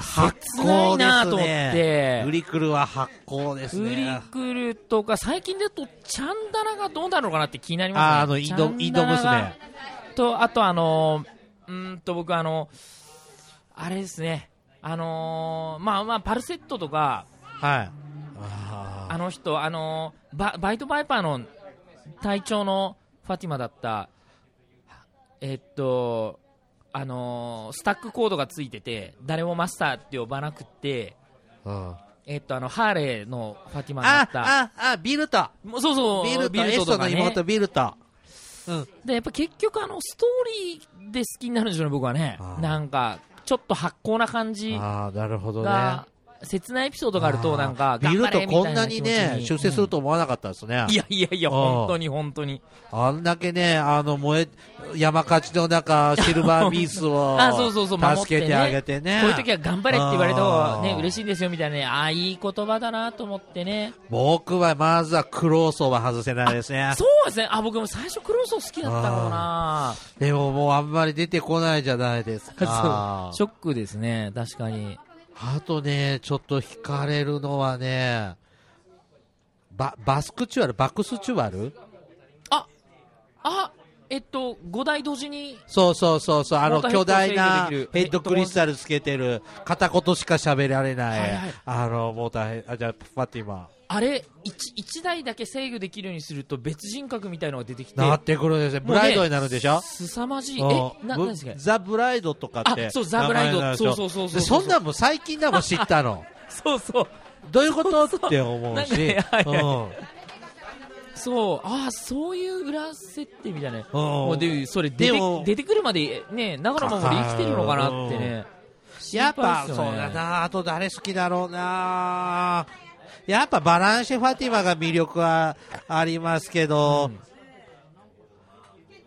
A: な
B: 発
A: い
B: 酵ですね。
A: なと思って
B: ウリクルは発酵です
A: ウリ
B: ね。
A: クルとか、最近だと、チャンダラがどうなのかなって気になりますね。
B: あー、あの、インド、インド
A: チャダラが
B: 娘。
A: と、あとあのー、うーんと僕あの、あれですね、あのー、まあまあ、パルセットとか、
B: はい。あ
A: あの人、あのーバ、バイトバイパーの隊長のファティマだった、えっと、あのースタックコードがついてて、誰もマスターって呼ばなくて、
B: ーうん
A: えっと、あの、ハーレーのファティマだ
B: あ
A: っ、た。
B: あ、あ、ビルト。
A: もうそうそう、
B: ビルト、エス
A: と
B: ト
A: か
B: の
A: ね
B: 妹、。ビルト。うん。
A: で、やっぱ結局あの、ストーリーで好きになるんでしょうね、僕はね
B: あ。ー
A: なんか、ちょっと発酵な感じ
B: ああ、なるほどね。
A: が、切ないエピソードがある
B: あ
A: と、
B: ー
A: なんか、
B: ビ
A: 頑
B: ル
A: 張
B: ト
A: れみ
B: こ
A: た
B: ん
A: い
B: な
A: な
B: に
A: 気持ち
B: ね、出世する
A: と。
B: と思わなかったですね。
A: いやいやいや、
B: あー
A: 本当に本当に。
B: あんだけね、あの、燃え、山火事 の中、シルバービースを、
A: あそうそうそう守ってね
B: 助けてあげてね。
A: こういう時は頑張れって言われた方がね
B: あ、ー
A: 嬉しいんですよみたいなね、ああ、いい言葉だなと思ってね。
B: 僕はまずはクローソーは外せないですね。
A: そうですね、あ、僕も最初クローソー好きだったかもな
B: でももうあんまり出てこないじゃないですか
A: そう。ショックですね、確かに。
B: あとね、ちょっと惹かれるのはね、バ、バスクチュアル、バクスチュアル
A: あ、あ、えっと、5台同時に
B: そうそうそうそう、あの
A: 本当
B: 巨大
A: ヘッド制
B: な
A: 御できる
B: ヘッドクリスタルつけてる、片言しか喋られない、
A: はいはい
B: あの、もう大変、あ、じゃあ、ファティマ。
A: あれ一一台だけ制御できるようにすると別人格みたいのが出てきて
B: なってくるんですね。
A: も
B: ブ
A: うね
B: ライドになるんでしょ
A: すさまじいえ
B: うん
A: な
B: ブ
A: 何ですか
B: ザ・ブライドとかって。
A: あそうザブライド
B: 名前なんですよ
A: そうそうそうそう
B: で
A: そう
B: そんなんも最近だもん知っ たの。
A: そうそう
B: どういうことって思う
A: なん
B: し。
A: かねはいはい
B: うん
A: そうああそういう裏設定みたいなね
B: うん
A: もうでそれ出て
B: でも
A: 出てくるまでね長野守生きてるのかなってね
B: やっぱ、
A: 心配です
B: そ
A: よ
B: う
A: ね
B: だなあと誰好きだろうなやっぱバランシェ・ファティマが魅力はありますけど、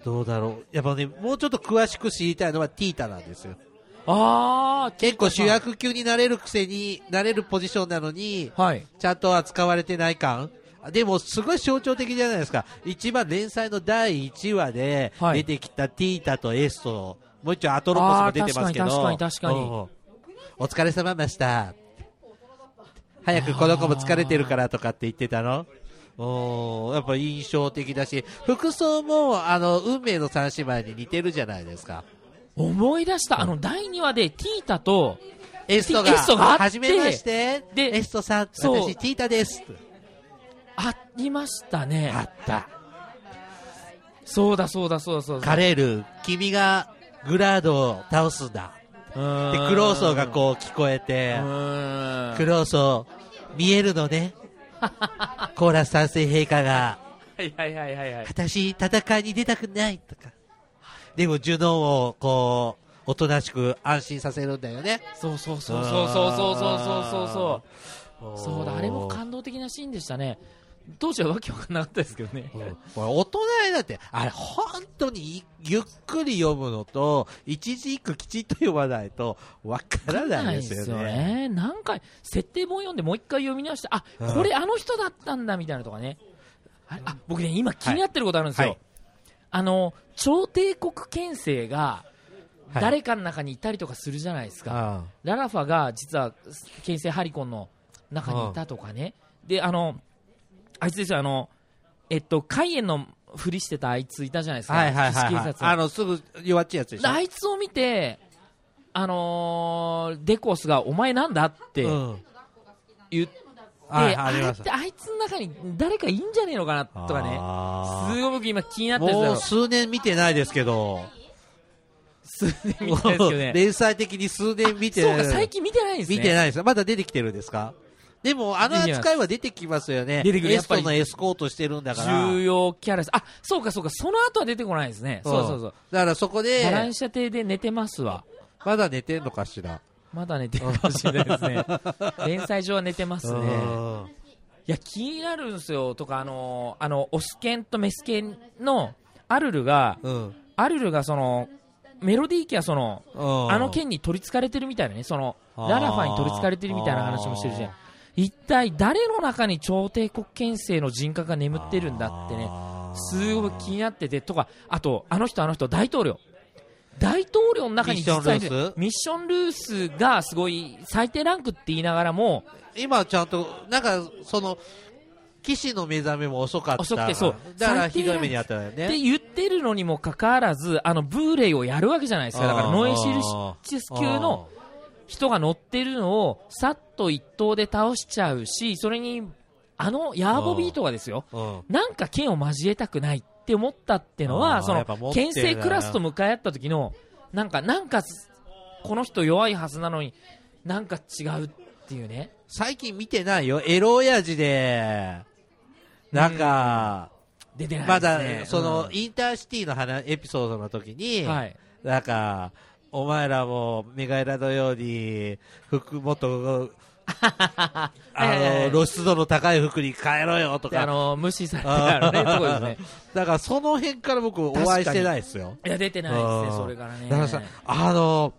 B: どうだろう。やっぱね、もうちょっと詳しく知りたいのはティータなんですよ。
A: ああ
B: 結構主役級になれるくせに、なれるポジションなのに、
A: はい
B: ちゃんと扱われてない感でも、すごい象徴的じゃないですか。一番連載の第1話で
A: はい
B: 出てきたティータとエスト、もう一応アトロポスも出てますけど。
A: あー確かに確かに確かに
B: うんお疲れ様でした。早くこの子も疲れてるからとかって言ってたのおーやっぱ印象的だし、服装も、あの、運命の三姉妹に似てるじゃないですか。
A: 思い出したあの第2話でティータと
B: エストが、
A: エストがあって
B: はじめまして、
A: で
B: エストさん、
A: そう
B: 私、ティータです。
A: ありましたね
B: あった。
A: そうだそうだそうだそうだ
B: カレール、君がグラードを倒すんだ。
A: で
B: で、クローソーがこう聞こえ
A: う
B: て、
A: ーん
B: クローソー、見える のね。コーラス賛成陛下が、
A: はいはいはいはいはい
B: 私、戦いに出たくないとか。でも、ジュノンを、こう、おとなしく安心させるんだよね。
A: そうそうそうそうそうそうそうそうそうそうそうだあれも
B: か
A: 感動的なシーンでしたね当時はわけわかんなかったですけどね
B: これ大人になって、あれ本当にいゆっくり読むのと、一字一句きちっと読まないとわからないですよ
A: わかんないで
B: ね。
A: すよね何回設定本読んでもう一回読み直してあ
B: うん
A: これあの人だったんだみたいなとかねあれあ僕ね今気になってることあるんですよ、
B: はい
A: あの朝廷国憲政が
B: はい
A: 誰かの中にいたりとかするじゃないですか、
B: あ
A: ララファが実は京成ハリコンの中にいたとかね、であのあいつですよ、あのえっと、海援のふりしてたあいついたじゃないです
B: あ
A: か、
B: はいはいはい、
A: 岸
B: は
A: 警
B: い。あ
A: 察
B: の、すぐ弱っちいやつでし
A: で
B: ょ。
A: あいつを見て、あのーデコースがお前なんだって
B: うん。
A: 言って、
B: はい、
A: あ
B: あり
A: れ
B: ま
A: っ
B: す
A: て。あいつの中に誰かいいんじゃねえのかなとかね、
B: あ
A: すごく今気にな
B: ー
A: ってるん
B: もう
A: ですよ、
B: 数年見てないですけど。
A: 数年見たいですよね。
B: 連載的に数年見て
A: そうか、最近見てないんですね。
B: 見てないです。まだ出てきてるんですかでも、あの扱いは出てきますよね。
A: 出てくる
B: エスト
A: やっぱ
B: のエスコートしてるんだから。
A: 重要キャラです。あ、そうかそうか、その後は出てこないですね。そうそうそう。。
B: だからそこで
A: バ、ランシャ邸で寝てますわ。
B: まだ寝てんのかしら。
A: まだ寝てるかもしれないです ね。連載上は寝てます
B: う
A: ね。
B: ん
A: いや、気になるんですよ。とか、あのーあの、オス犬とメス犬のアルルが、
B: うん。
A: アルルがその、メロディー家はその、
B: あ
A: あの剣に取り憑かれてるみたいなね、その、
B: あー
A: ララファに取り憑かれてるみたいな話もしてるじゃん
B: あ。
A: 一体誰の中に朝廷国憲政の人格が眠ってるんだってね。すごい気になっててとかあとあの人あの人大統領大統領の中に実際
B: ミッションルース
A: ミッションルースがすごい最低ランクって言いながらも
B: 今ちゃんと、なんか、その、騎士の目覚めも遅かった。
A: 遅くてそう
B: だからひどい目にあったよ
A: って
B: ね。
A: 言ってるのにもかかわらずあのブーレイをやるわけじゃないですかだから
B: あー
A: ノエシルシス級の人が乗ってるのをさっと一刀で倒しちゃうしそれにあのヤーボビートがですよ
B: あー、うん。
A: なんか剣を交えたくないって思ったっての
B: あ
A: は
B: ー
A: そ
B: や
A: の
B: っぱ持ってる
A: 牽
B: な
A: 制クラスと向かい合った時のなんかなんかこの人弱いはずなのになんか違うっていうね
B: 最近見てないよ。エロ親父で、なんか、
A: 出てない
B: ま
A: です
B: だ、
A: ね
B: その、
A: うん
B: インターシティの話、エピソードの時に、
A: はい
B: なんか、お前らも、メガエラのように、服、もっと、あ
A: はいはいはい
B: の、露出度の高い服に変えろよと
A: であ
B: か、
A: の無視されてあるねとこです ね
B: だからその辺から僕お会いしてないですよ。
A: いや出てないです
B: う
A: ね
B: ん
A: それからね
B: だからさ、あの、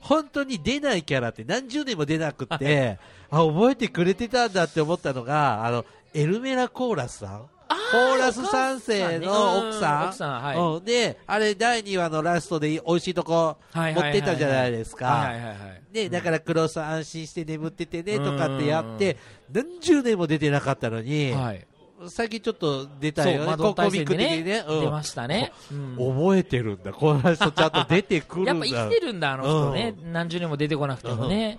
B: 本当に出ないキャラって何十年も出なく って、あ、覚えてくれてたんだって思ったのが、あの、エルメラ・コーラスさんコーラス三世の奥さん
A: お母さんねうん奥さんはい
B: うんで、あれ第2話のラストで美味しいとこ
A: はいはい
B: 持
A: はいは
B: っ
A: い
B: てたじゃないです
A: はい
B: か。
A: はいはい
B: ね、だからクロス安心して眠っててねとかってやっ
A: う
B: て、何十年も出てなかったのに、
A: はい
B: 最近ちょっと出た
A: そう
B: よね、
A: マドン
B: コ
A: 対
B: ミッ
A: 戦
B: ク
A: で
B: 的
A: ね
B: にね。うん
A: 出ましたねうん
B: 覚えてるんだ、この人ちゃんと出てくるんだ。
A: やっぱ生きてるんだあの人ね何十年も出てこなくてもね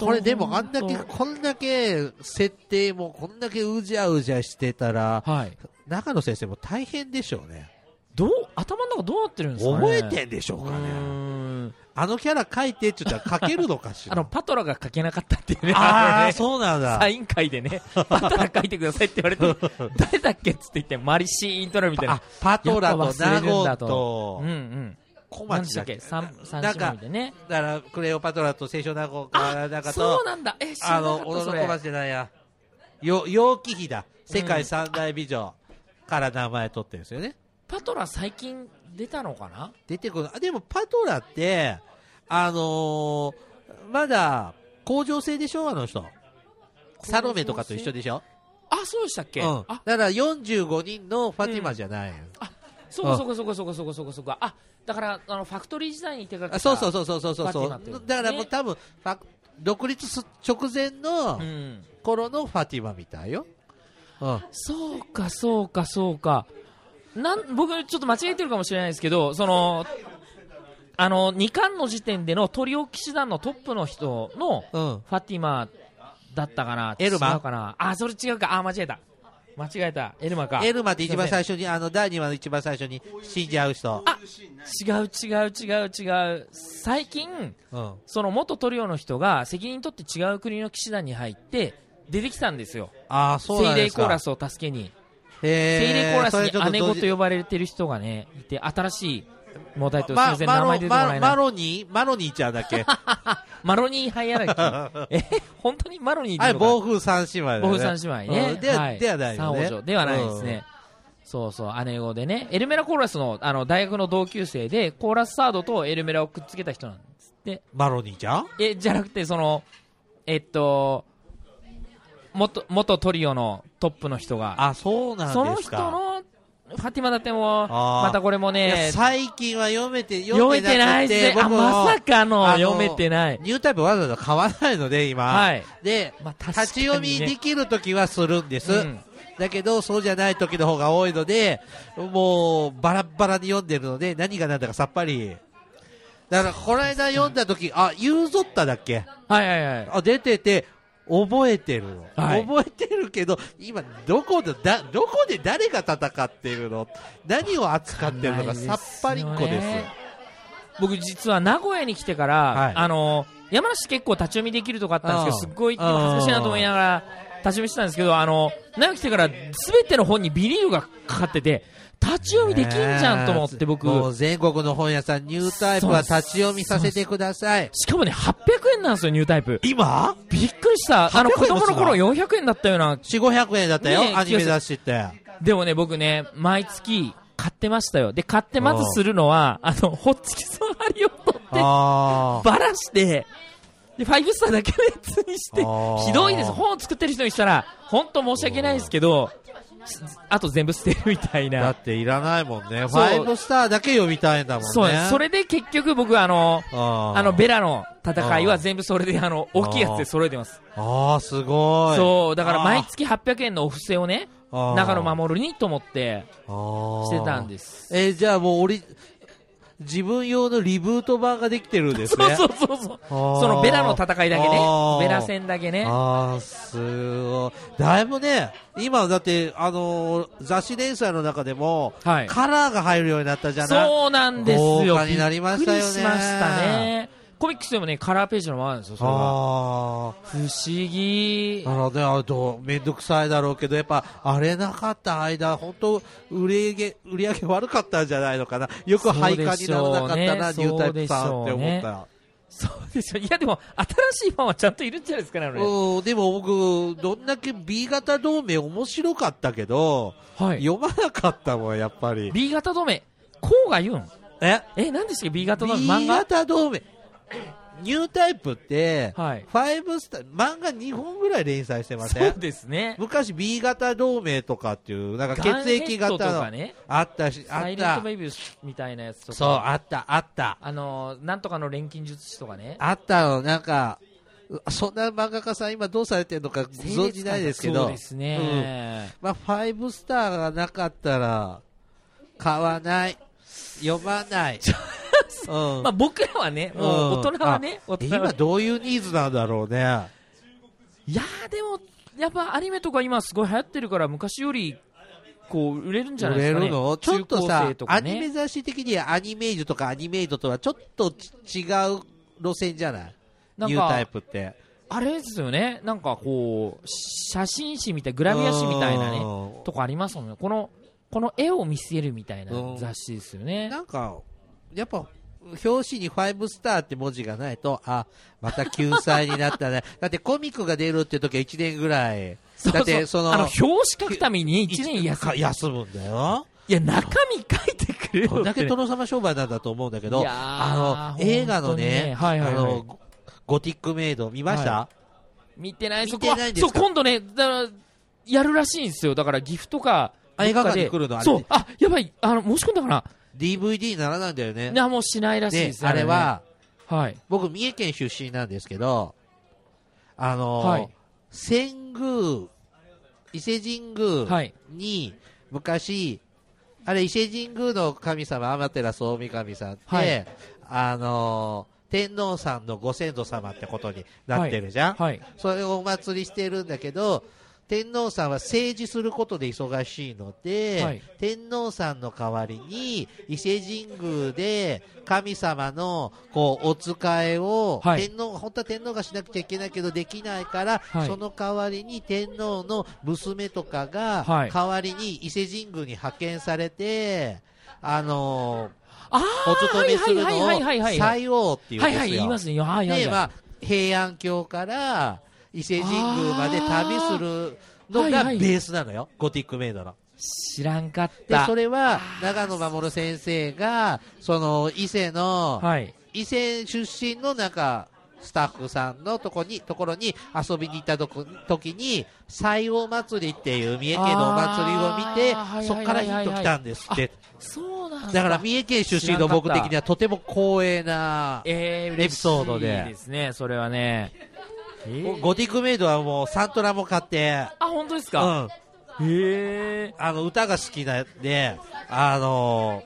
B: これでもあんだけ、
A: 本
B: こんだけ設定もこんだけうじゃうじゃしてたら、
A: 当はい
B: 中野先生も大変でしょうね。
A: どう頭の中どうなってるんですかね
B: 覚えてんでしょうか
A: う
B: ね。
A: ーん
B: あのキャラ書いてって言ったら書けるのかし
A: あ
B: ら。
A: のパトラが書けなかったっていうね
B: あ
A: の
B: ー
A: ね
B: そうなんだ。
A: サイン会でね、パトラ書いてくださいって言われて、誰だっけっつって言って、マリシーイントラみたいな
B: あ。、パトラ
A: や
B: と
A: っぱ忘れる
B: ナ
A: ん
B: ゴ
A: だ
B: ン
A: と
B: と
A: うんうん。
B: 小
A: 何でし
B: 町
A: たっ
B: だっ
A: け
B: け。
A: 三、三
B: なん
A: 姉
B: か
A: 妹でね。
B: だから、クレオパトラと聖書ナゴンかなん
A: あ、
B: か
A: そう
B: と、
A: なんだ。え、知らな
B: あの、
A: か
B: 小
A: ったそ
B: 野
A: れ
B: 小。町じゃないや。よ、陽気比だ。世界三大美女から名前取ってるんですよね。
A: パトラ最近出たのかな
B: 出てこない。あでも、パトラって、あのーまだ、工場制でしょあの人。サロメとかと一緒でしょ
A: あ、そうでしたっけ
B: うん。だ
A: あ
B: か、ら45人のファティマじゃない。
A: そうかそうかそうかそうかそうかそうかそうか。あ、だから、あの、ファクトリー時代に手がけた。
B: あそうそうそうそうそう
A: ファテ
B: そ
A: ィマ
B: う
A: ってことね
B: だからもう多分、ファ独立す直前の
A: うん。
B: 頃のファティマみたいよ。うん。
A: そうかそうかそうか。なん、僕ちょっと間違えてるかもしれないですけど、その、あの、2巻の時点でのトリオ騎士団のトップの人の、
B: うん。
A: ファティマだったかな
B: エルマ
A: 違うかなあ、それ違うか。あ、間違えた。間違えた。エルマか。
B: エルマって一番最初に、あの、第2話の一番最初に死んじゃう人。
A: 違う違う違う違う。最近、
B: うん。
A: その元トリオの人が責任取って違う国の騎士団に入って、出てきたんですよ。
B: ああ、そう
A: セ
B: な
A: イ
B: ん
A: レ
B: で
A: イ
B: す
A: コーラ
B: か。
A: スを助けに。
B: セ
A: セイレイコーラスに姉
B: ご
A: 子と呼ばれてる人がね、いて、新しい、問題と、すいません、
B: マ
A: 名前
B: ロ
A: 出てこな
B: マ
A: い
B: マ
A: な。
B: ロニーマロニーちゃんだ っけ
A: マロニー・ハイアラキー。 え、本当にマロニーって
B: あ
A: い
B: れ、
A: うのかな
B: 暴風三姉妹だよね。
A: ボフ三姉妹
B: う
A: ね。
B: んでは、
A: はい
B: ではないよ
A: 三
B: ね。
A: 王女ではないですね。そうそう、姉子でね。エルメラコーラスの、あの、大学の同級生で、コーラスサードとエルメラをくっつけた人なんですって。
B: うん。マロニーちゃん
A: え、じゃなくて、その、えっと、元、元トリオのトップの人が。
B: あ、そうなんですか。
A: その人の、ファティマだってもう、
B: あー
A: またこれも
B: いや
A: ね、
B: 最近は読めて、
A: 読めてない
B: く
A: ですね。あ、
B: 僕も
A: まさかの
B: あ
A: 読めてない。
B: ニュータイプわざわざ買わないので、今。
A: はい。
B: で、
A: まあ確かにね
B: 立ち読みできるときはするんです。
A: うん
B: だけど、そうじゃないときの方が多いので、もう、バラッバラに読んでるので、何が何だかさっぱり。だから、この間読んだとき、あ、ユーゾッタだっけ
A: はいはいはい。
B: あ、出てて、覚えてるの、
A: はい
B: 覚えてるけど、今、どこで、だ、どこで誰が戦ってるの何を扱ってるのかさっぱりっこです。
A: 僕実は名古屋に来てから、
B: はい
A: あの山梨結構立ち読みできるとこあったんですけど
B: うん
A: すっごい今恥ずかしいなと思いながら立ち読みしてたんですけどあの名古屋来てから全ての本にビニールがかかってて立ち読みできんじゃんと思って僕
B: もう全国の本屋さん、ニュータイプは立ち読みさせてください。
A: しかもね800円なんですよニュータイプ
B: 今
A: びっくりしたあの
B: 800
A: 子
B: 円
A: 供
B: もす
A: の
B: る
A: 頃
B: の
A: 400円だったような
B: 四五百円だったよ、
A: ねえ
B: アニメ雑誌って。
A: でもね僕ね毎月買ってましたよで買ってまずするのはあのホッチキスの針を取って
B: ああ。
A: バラして、で、ファイブスターだけのやつにして、
B: あー
A: ひどいです。本を作ってる人にしたら、本当申し訳ないですけど、あと全部捨てるみたい
B: だ
A: な。
B: っていらないもんね。フ
A: そう
B: ァイブスターだけ呼びたいんだもんね。
A: そうなんですそれで結局僕、あの、
B: あー
A: あの、ベラの戦いは全部それで、あの、大きいやつで揃えてます。
B: あー、すごい。
A: そう、だから
B: あー
A: 毎月800円のお布施をね、
B: あー
A: 中野守るにと思ってしてたん
B: す
A: です。
B: えーじゃあもうオリ、自分用のリブート版ができてるんです
A: そう
B: ね。
A: そうそうそう。
B: そ
A: そのベラの戦いだけね
B: あー、
A: ベラ戦だけね。
B: ああ、すごい。だいぶね、今だって、あのー雑誌連載の中でも、
A: はい。
B: カラーが入るようになったじゃない
A: そうなんですよ。
B: 豪華になりましたよね
A: びっくりしましたね。コミックスでもね、カラーページのままなんですよ、それは。
B: ああ。
A: 不思議
B: な。ので、あと、めんどくさいだろうけど、やっぱ、あれなかった間、本当売り上げ、売り上げ悪かったんじゃないのかな。よく配下にならなかったな、
A: そ
B: ニュ
A: う
B: ータイ
A: で
B: プ
A: しょ
B: さ
A: う
B: んっ
A: ね
B: て思った。
A: そうでしょ。いや、でも、新しいファンはちゃんといるんじゃないですかね、あれ。
B: うん、でも僕、どんだけ B 型同盟面白かったけど、
A: はい。
B: 読まなかったもん、やっぱり。
A: B 型同盟、こうが言うん。
B: え
A: え、何でしたっけ ?B 型同盟、漫
B: ?B
A: 画
B: 型同盟。ニュータイプって、
A: はい
B: ファイブスター、漫画2本ぐらい連載してませ
A: そうんですね。
B: 昔 B 型同盟とかっていう、なんか
A: ガン
B: 血
A: ヘッ
B: 液
A: ドと
B: 型
A: か
B: の、
A: ね。
B: あったし、
A: サ
B: あっ
A: イレン
B: た
A: ト。ベイビーみたいなやつとか。
B: そう、あった、あった。
A: あのー、なんとかの錬金術師とかね。
B: あったの、なんか、うそんな漫画家さん今どうされてるのかご存じないですけ
A: そう
B: ど
A: で、すね。
B: まあ、ファイブスターがなかったら、買わない。読ま ない。うん
A: まあ僕らはね、もう大人はね、大人は
B: 今どういうニーズなんだろうね。
A: いやーでも、やっぱアニメとか今すごい流行ってるから、昔より、こう、売れるんじゃ
B: 売
A: ないで
B: れ
A: すかね。
B: るのちょっと
A: 中高
B: さ
A: 生と
B: ア
A: かね
B: ニメ雑誌的にはアニメイジュとかアニメイドとはちょっと違う路線じゃない
A: なん
B: ニュータイ
A: か、
B: プって。
A: あれですよね、なんかこう、写真誌みたい、グラビア誌みたいなね、
B: ね
A: とかありますもんね。この、この絵を見せるみたいな
B: うん
A: 雑誌ですよね。
B: なんか、やっぱ、表紙にファイブスターって文字がないと、あ、また救済にな ったね。だってコミックが出るって時は1年ぐらい。
A: そう
B: だってその
A: あの、表紙書くために1年休む。いや、
B: 休むんだよ。
A: 中身書いてくれよって。
B: こんだけ殿様商売なんだと思うんだけど、
A: いやー
B: あ
A: 本当
B: の、
A: にね
B: 映画のね、
A: はいはいはい
B: あの、ゴゴティックメイド見ました、
A: 見てない、そこ
B: 見て
A: は
B: ないん。です
A: そう、
B: か
A: 今度ね、だから、やるらしいんですよ。だから、岐阜とか、
B: あ映画館に来るのあれ
A: そう、あ、やばい、あの、申し込んだかな
B: DVD にならないんだよね。
A: いや、もうしないらしい
B: で
A: で、す。
B: あれは、
A: ね、はい。
B: 僕、三重県出身なんですけど、あの、
A: はい
B: 仙宮、伊勢神宮
A: はい。
B: に、昔、あれ、伊勢神宮の神様、天照大神さんって、
A: はい
B: あの、天皇さんのご先祖様ってことになってるじゃん、
A: はい。
B: それをお祭りしてるんだけど、天皇さんは政治することで忙しいので、
A: はい
B: 天皇さんの代わりに伊勢神宮で神様のこうお使いを、
A: はい
B: 天皇本当は天皇がしなくちゃいけないけどできないから、
A: はい
B: その代わりに天皇の娘とかが
A: はい
B: 代わりに伊勢神宮に派遣されて、あの
A: あ
B: ーお勤めする
A: はい
B: の
A: は
B: を
A: いはいはいはい。
B: 祭王っていうん
A: はい
B: ですよ。
A: はい、言いますね。はいはい
B: で、
A: は
B: まあ、平安京から伊勢神宮まで旅するの
A: あーは
B: がベ
A: いはい
B: ースなのよ、ゴティックメイドの。
A: い。知らんかっ
B: で、
A: た。
B: それは、長野守先生が、その、伊勢の、
A: はい。
B: 伊勢出身のなんか、スタッフさんのとこに、ところに遊びに行ったとこ時に、西王祭りっていう三重県のお祭りを見
A: あーはいはい
B: て
A: はいはい、
B: そこからヒント来たんですって。
A: そうなん
B: だから三重県出身の僕的にはとても光栄な、
A: えー、
B: エピソードで
A: 嬉しいですね、それはね。えー
B: ゴティックメイドはもうサントラも買って、
A: あ、本当です
B: う
A: か。
B: ん。
A: へえ。
B: あの、歌が好きなんで、あの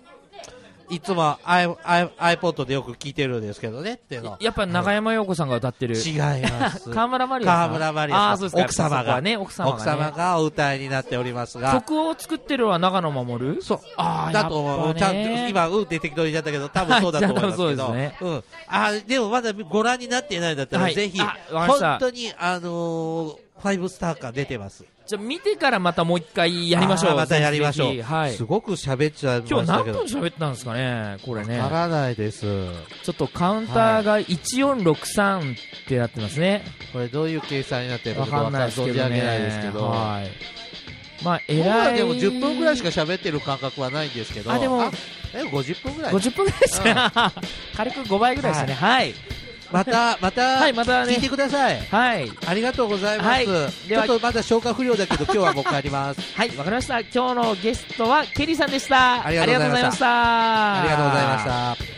B: いつも i- i- iPod でよく聴いてるんですけどねっていうの。
A: やっぱ中山陽子さんが歌ってる。
B: 違いま す。
A: 河村マリアさん。
B: 河村マリアさん。
A: あーそうですか
B: 奥様
A: そこは
B: が、
A: ね、奥様が、ね。
B: 奥様がお歌いになっておりますが、
A: 曲を作ってるのは長野守
B: そう。
A: あー
B: だと思う。
A: やっ
B: ちゃ
A: ぱ
B: ん
A: ね
B: と、今、うんって適当に言っちゃったけど、多分そうだと思いますけ
A: じゃあ多分
B: ど。
A: そうです
B: うん。あー、でもまだご覧になっていないんだったら、
A: はい
B: ぜひ、
A: あわかりました
B: 本当に、あのー、ファイブスター感出てます。
A: じゃあ見てからまたもう一回やりまし
B: あ
A: ょう。
B: ーまたやりましょ
A: ぜひ
B: う。
A: ぜひはい
B: す。ごく喋っちゃいました
A: 今
B: け
A: 日
B: ど。
A: 何分喋ってたんですかね、これね。
B: わからないです。
A: ちょっとカウンターが1463ってなってますね。
B: これどういう計算になってる
A: わ
B: の
A: か
B: か
A: んないですけど
B: 存じ上げないですけ
A: ね。
B: ど。
A: はい。まあ、
B: 僕ら
A: 偉い。
B: でも10分ぐらいしか喋ってる感覚はないんですけど。
A: あでも
B: え、50分ぐら い
A: 50分ぐらいですね。軽く5倍ぐらいでしたね。はい。
B: また、また、
A: はいまたね
B: 聞いてください。
A: はい。
B: ありがとうございます。
A: はい
B: ち
A: で
B: ょっ
A: は
B: とまだ消化不良だけど、今日はもう帰ります。
A: はい、わかりました。今日のゲストはケリーさんでした。
B: ありがとうございました
A: ありがとうございました
B: ありがとうございました。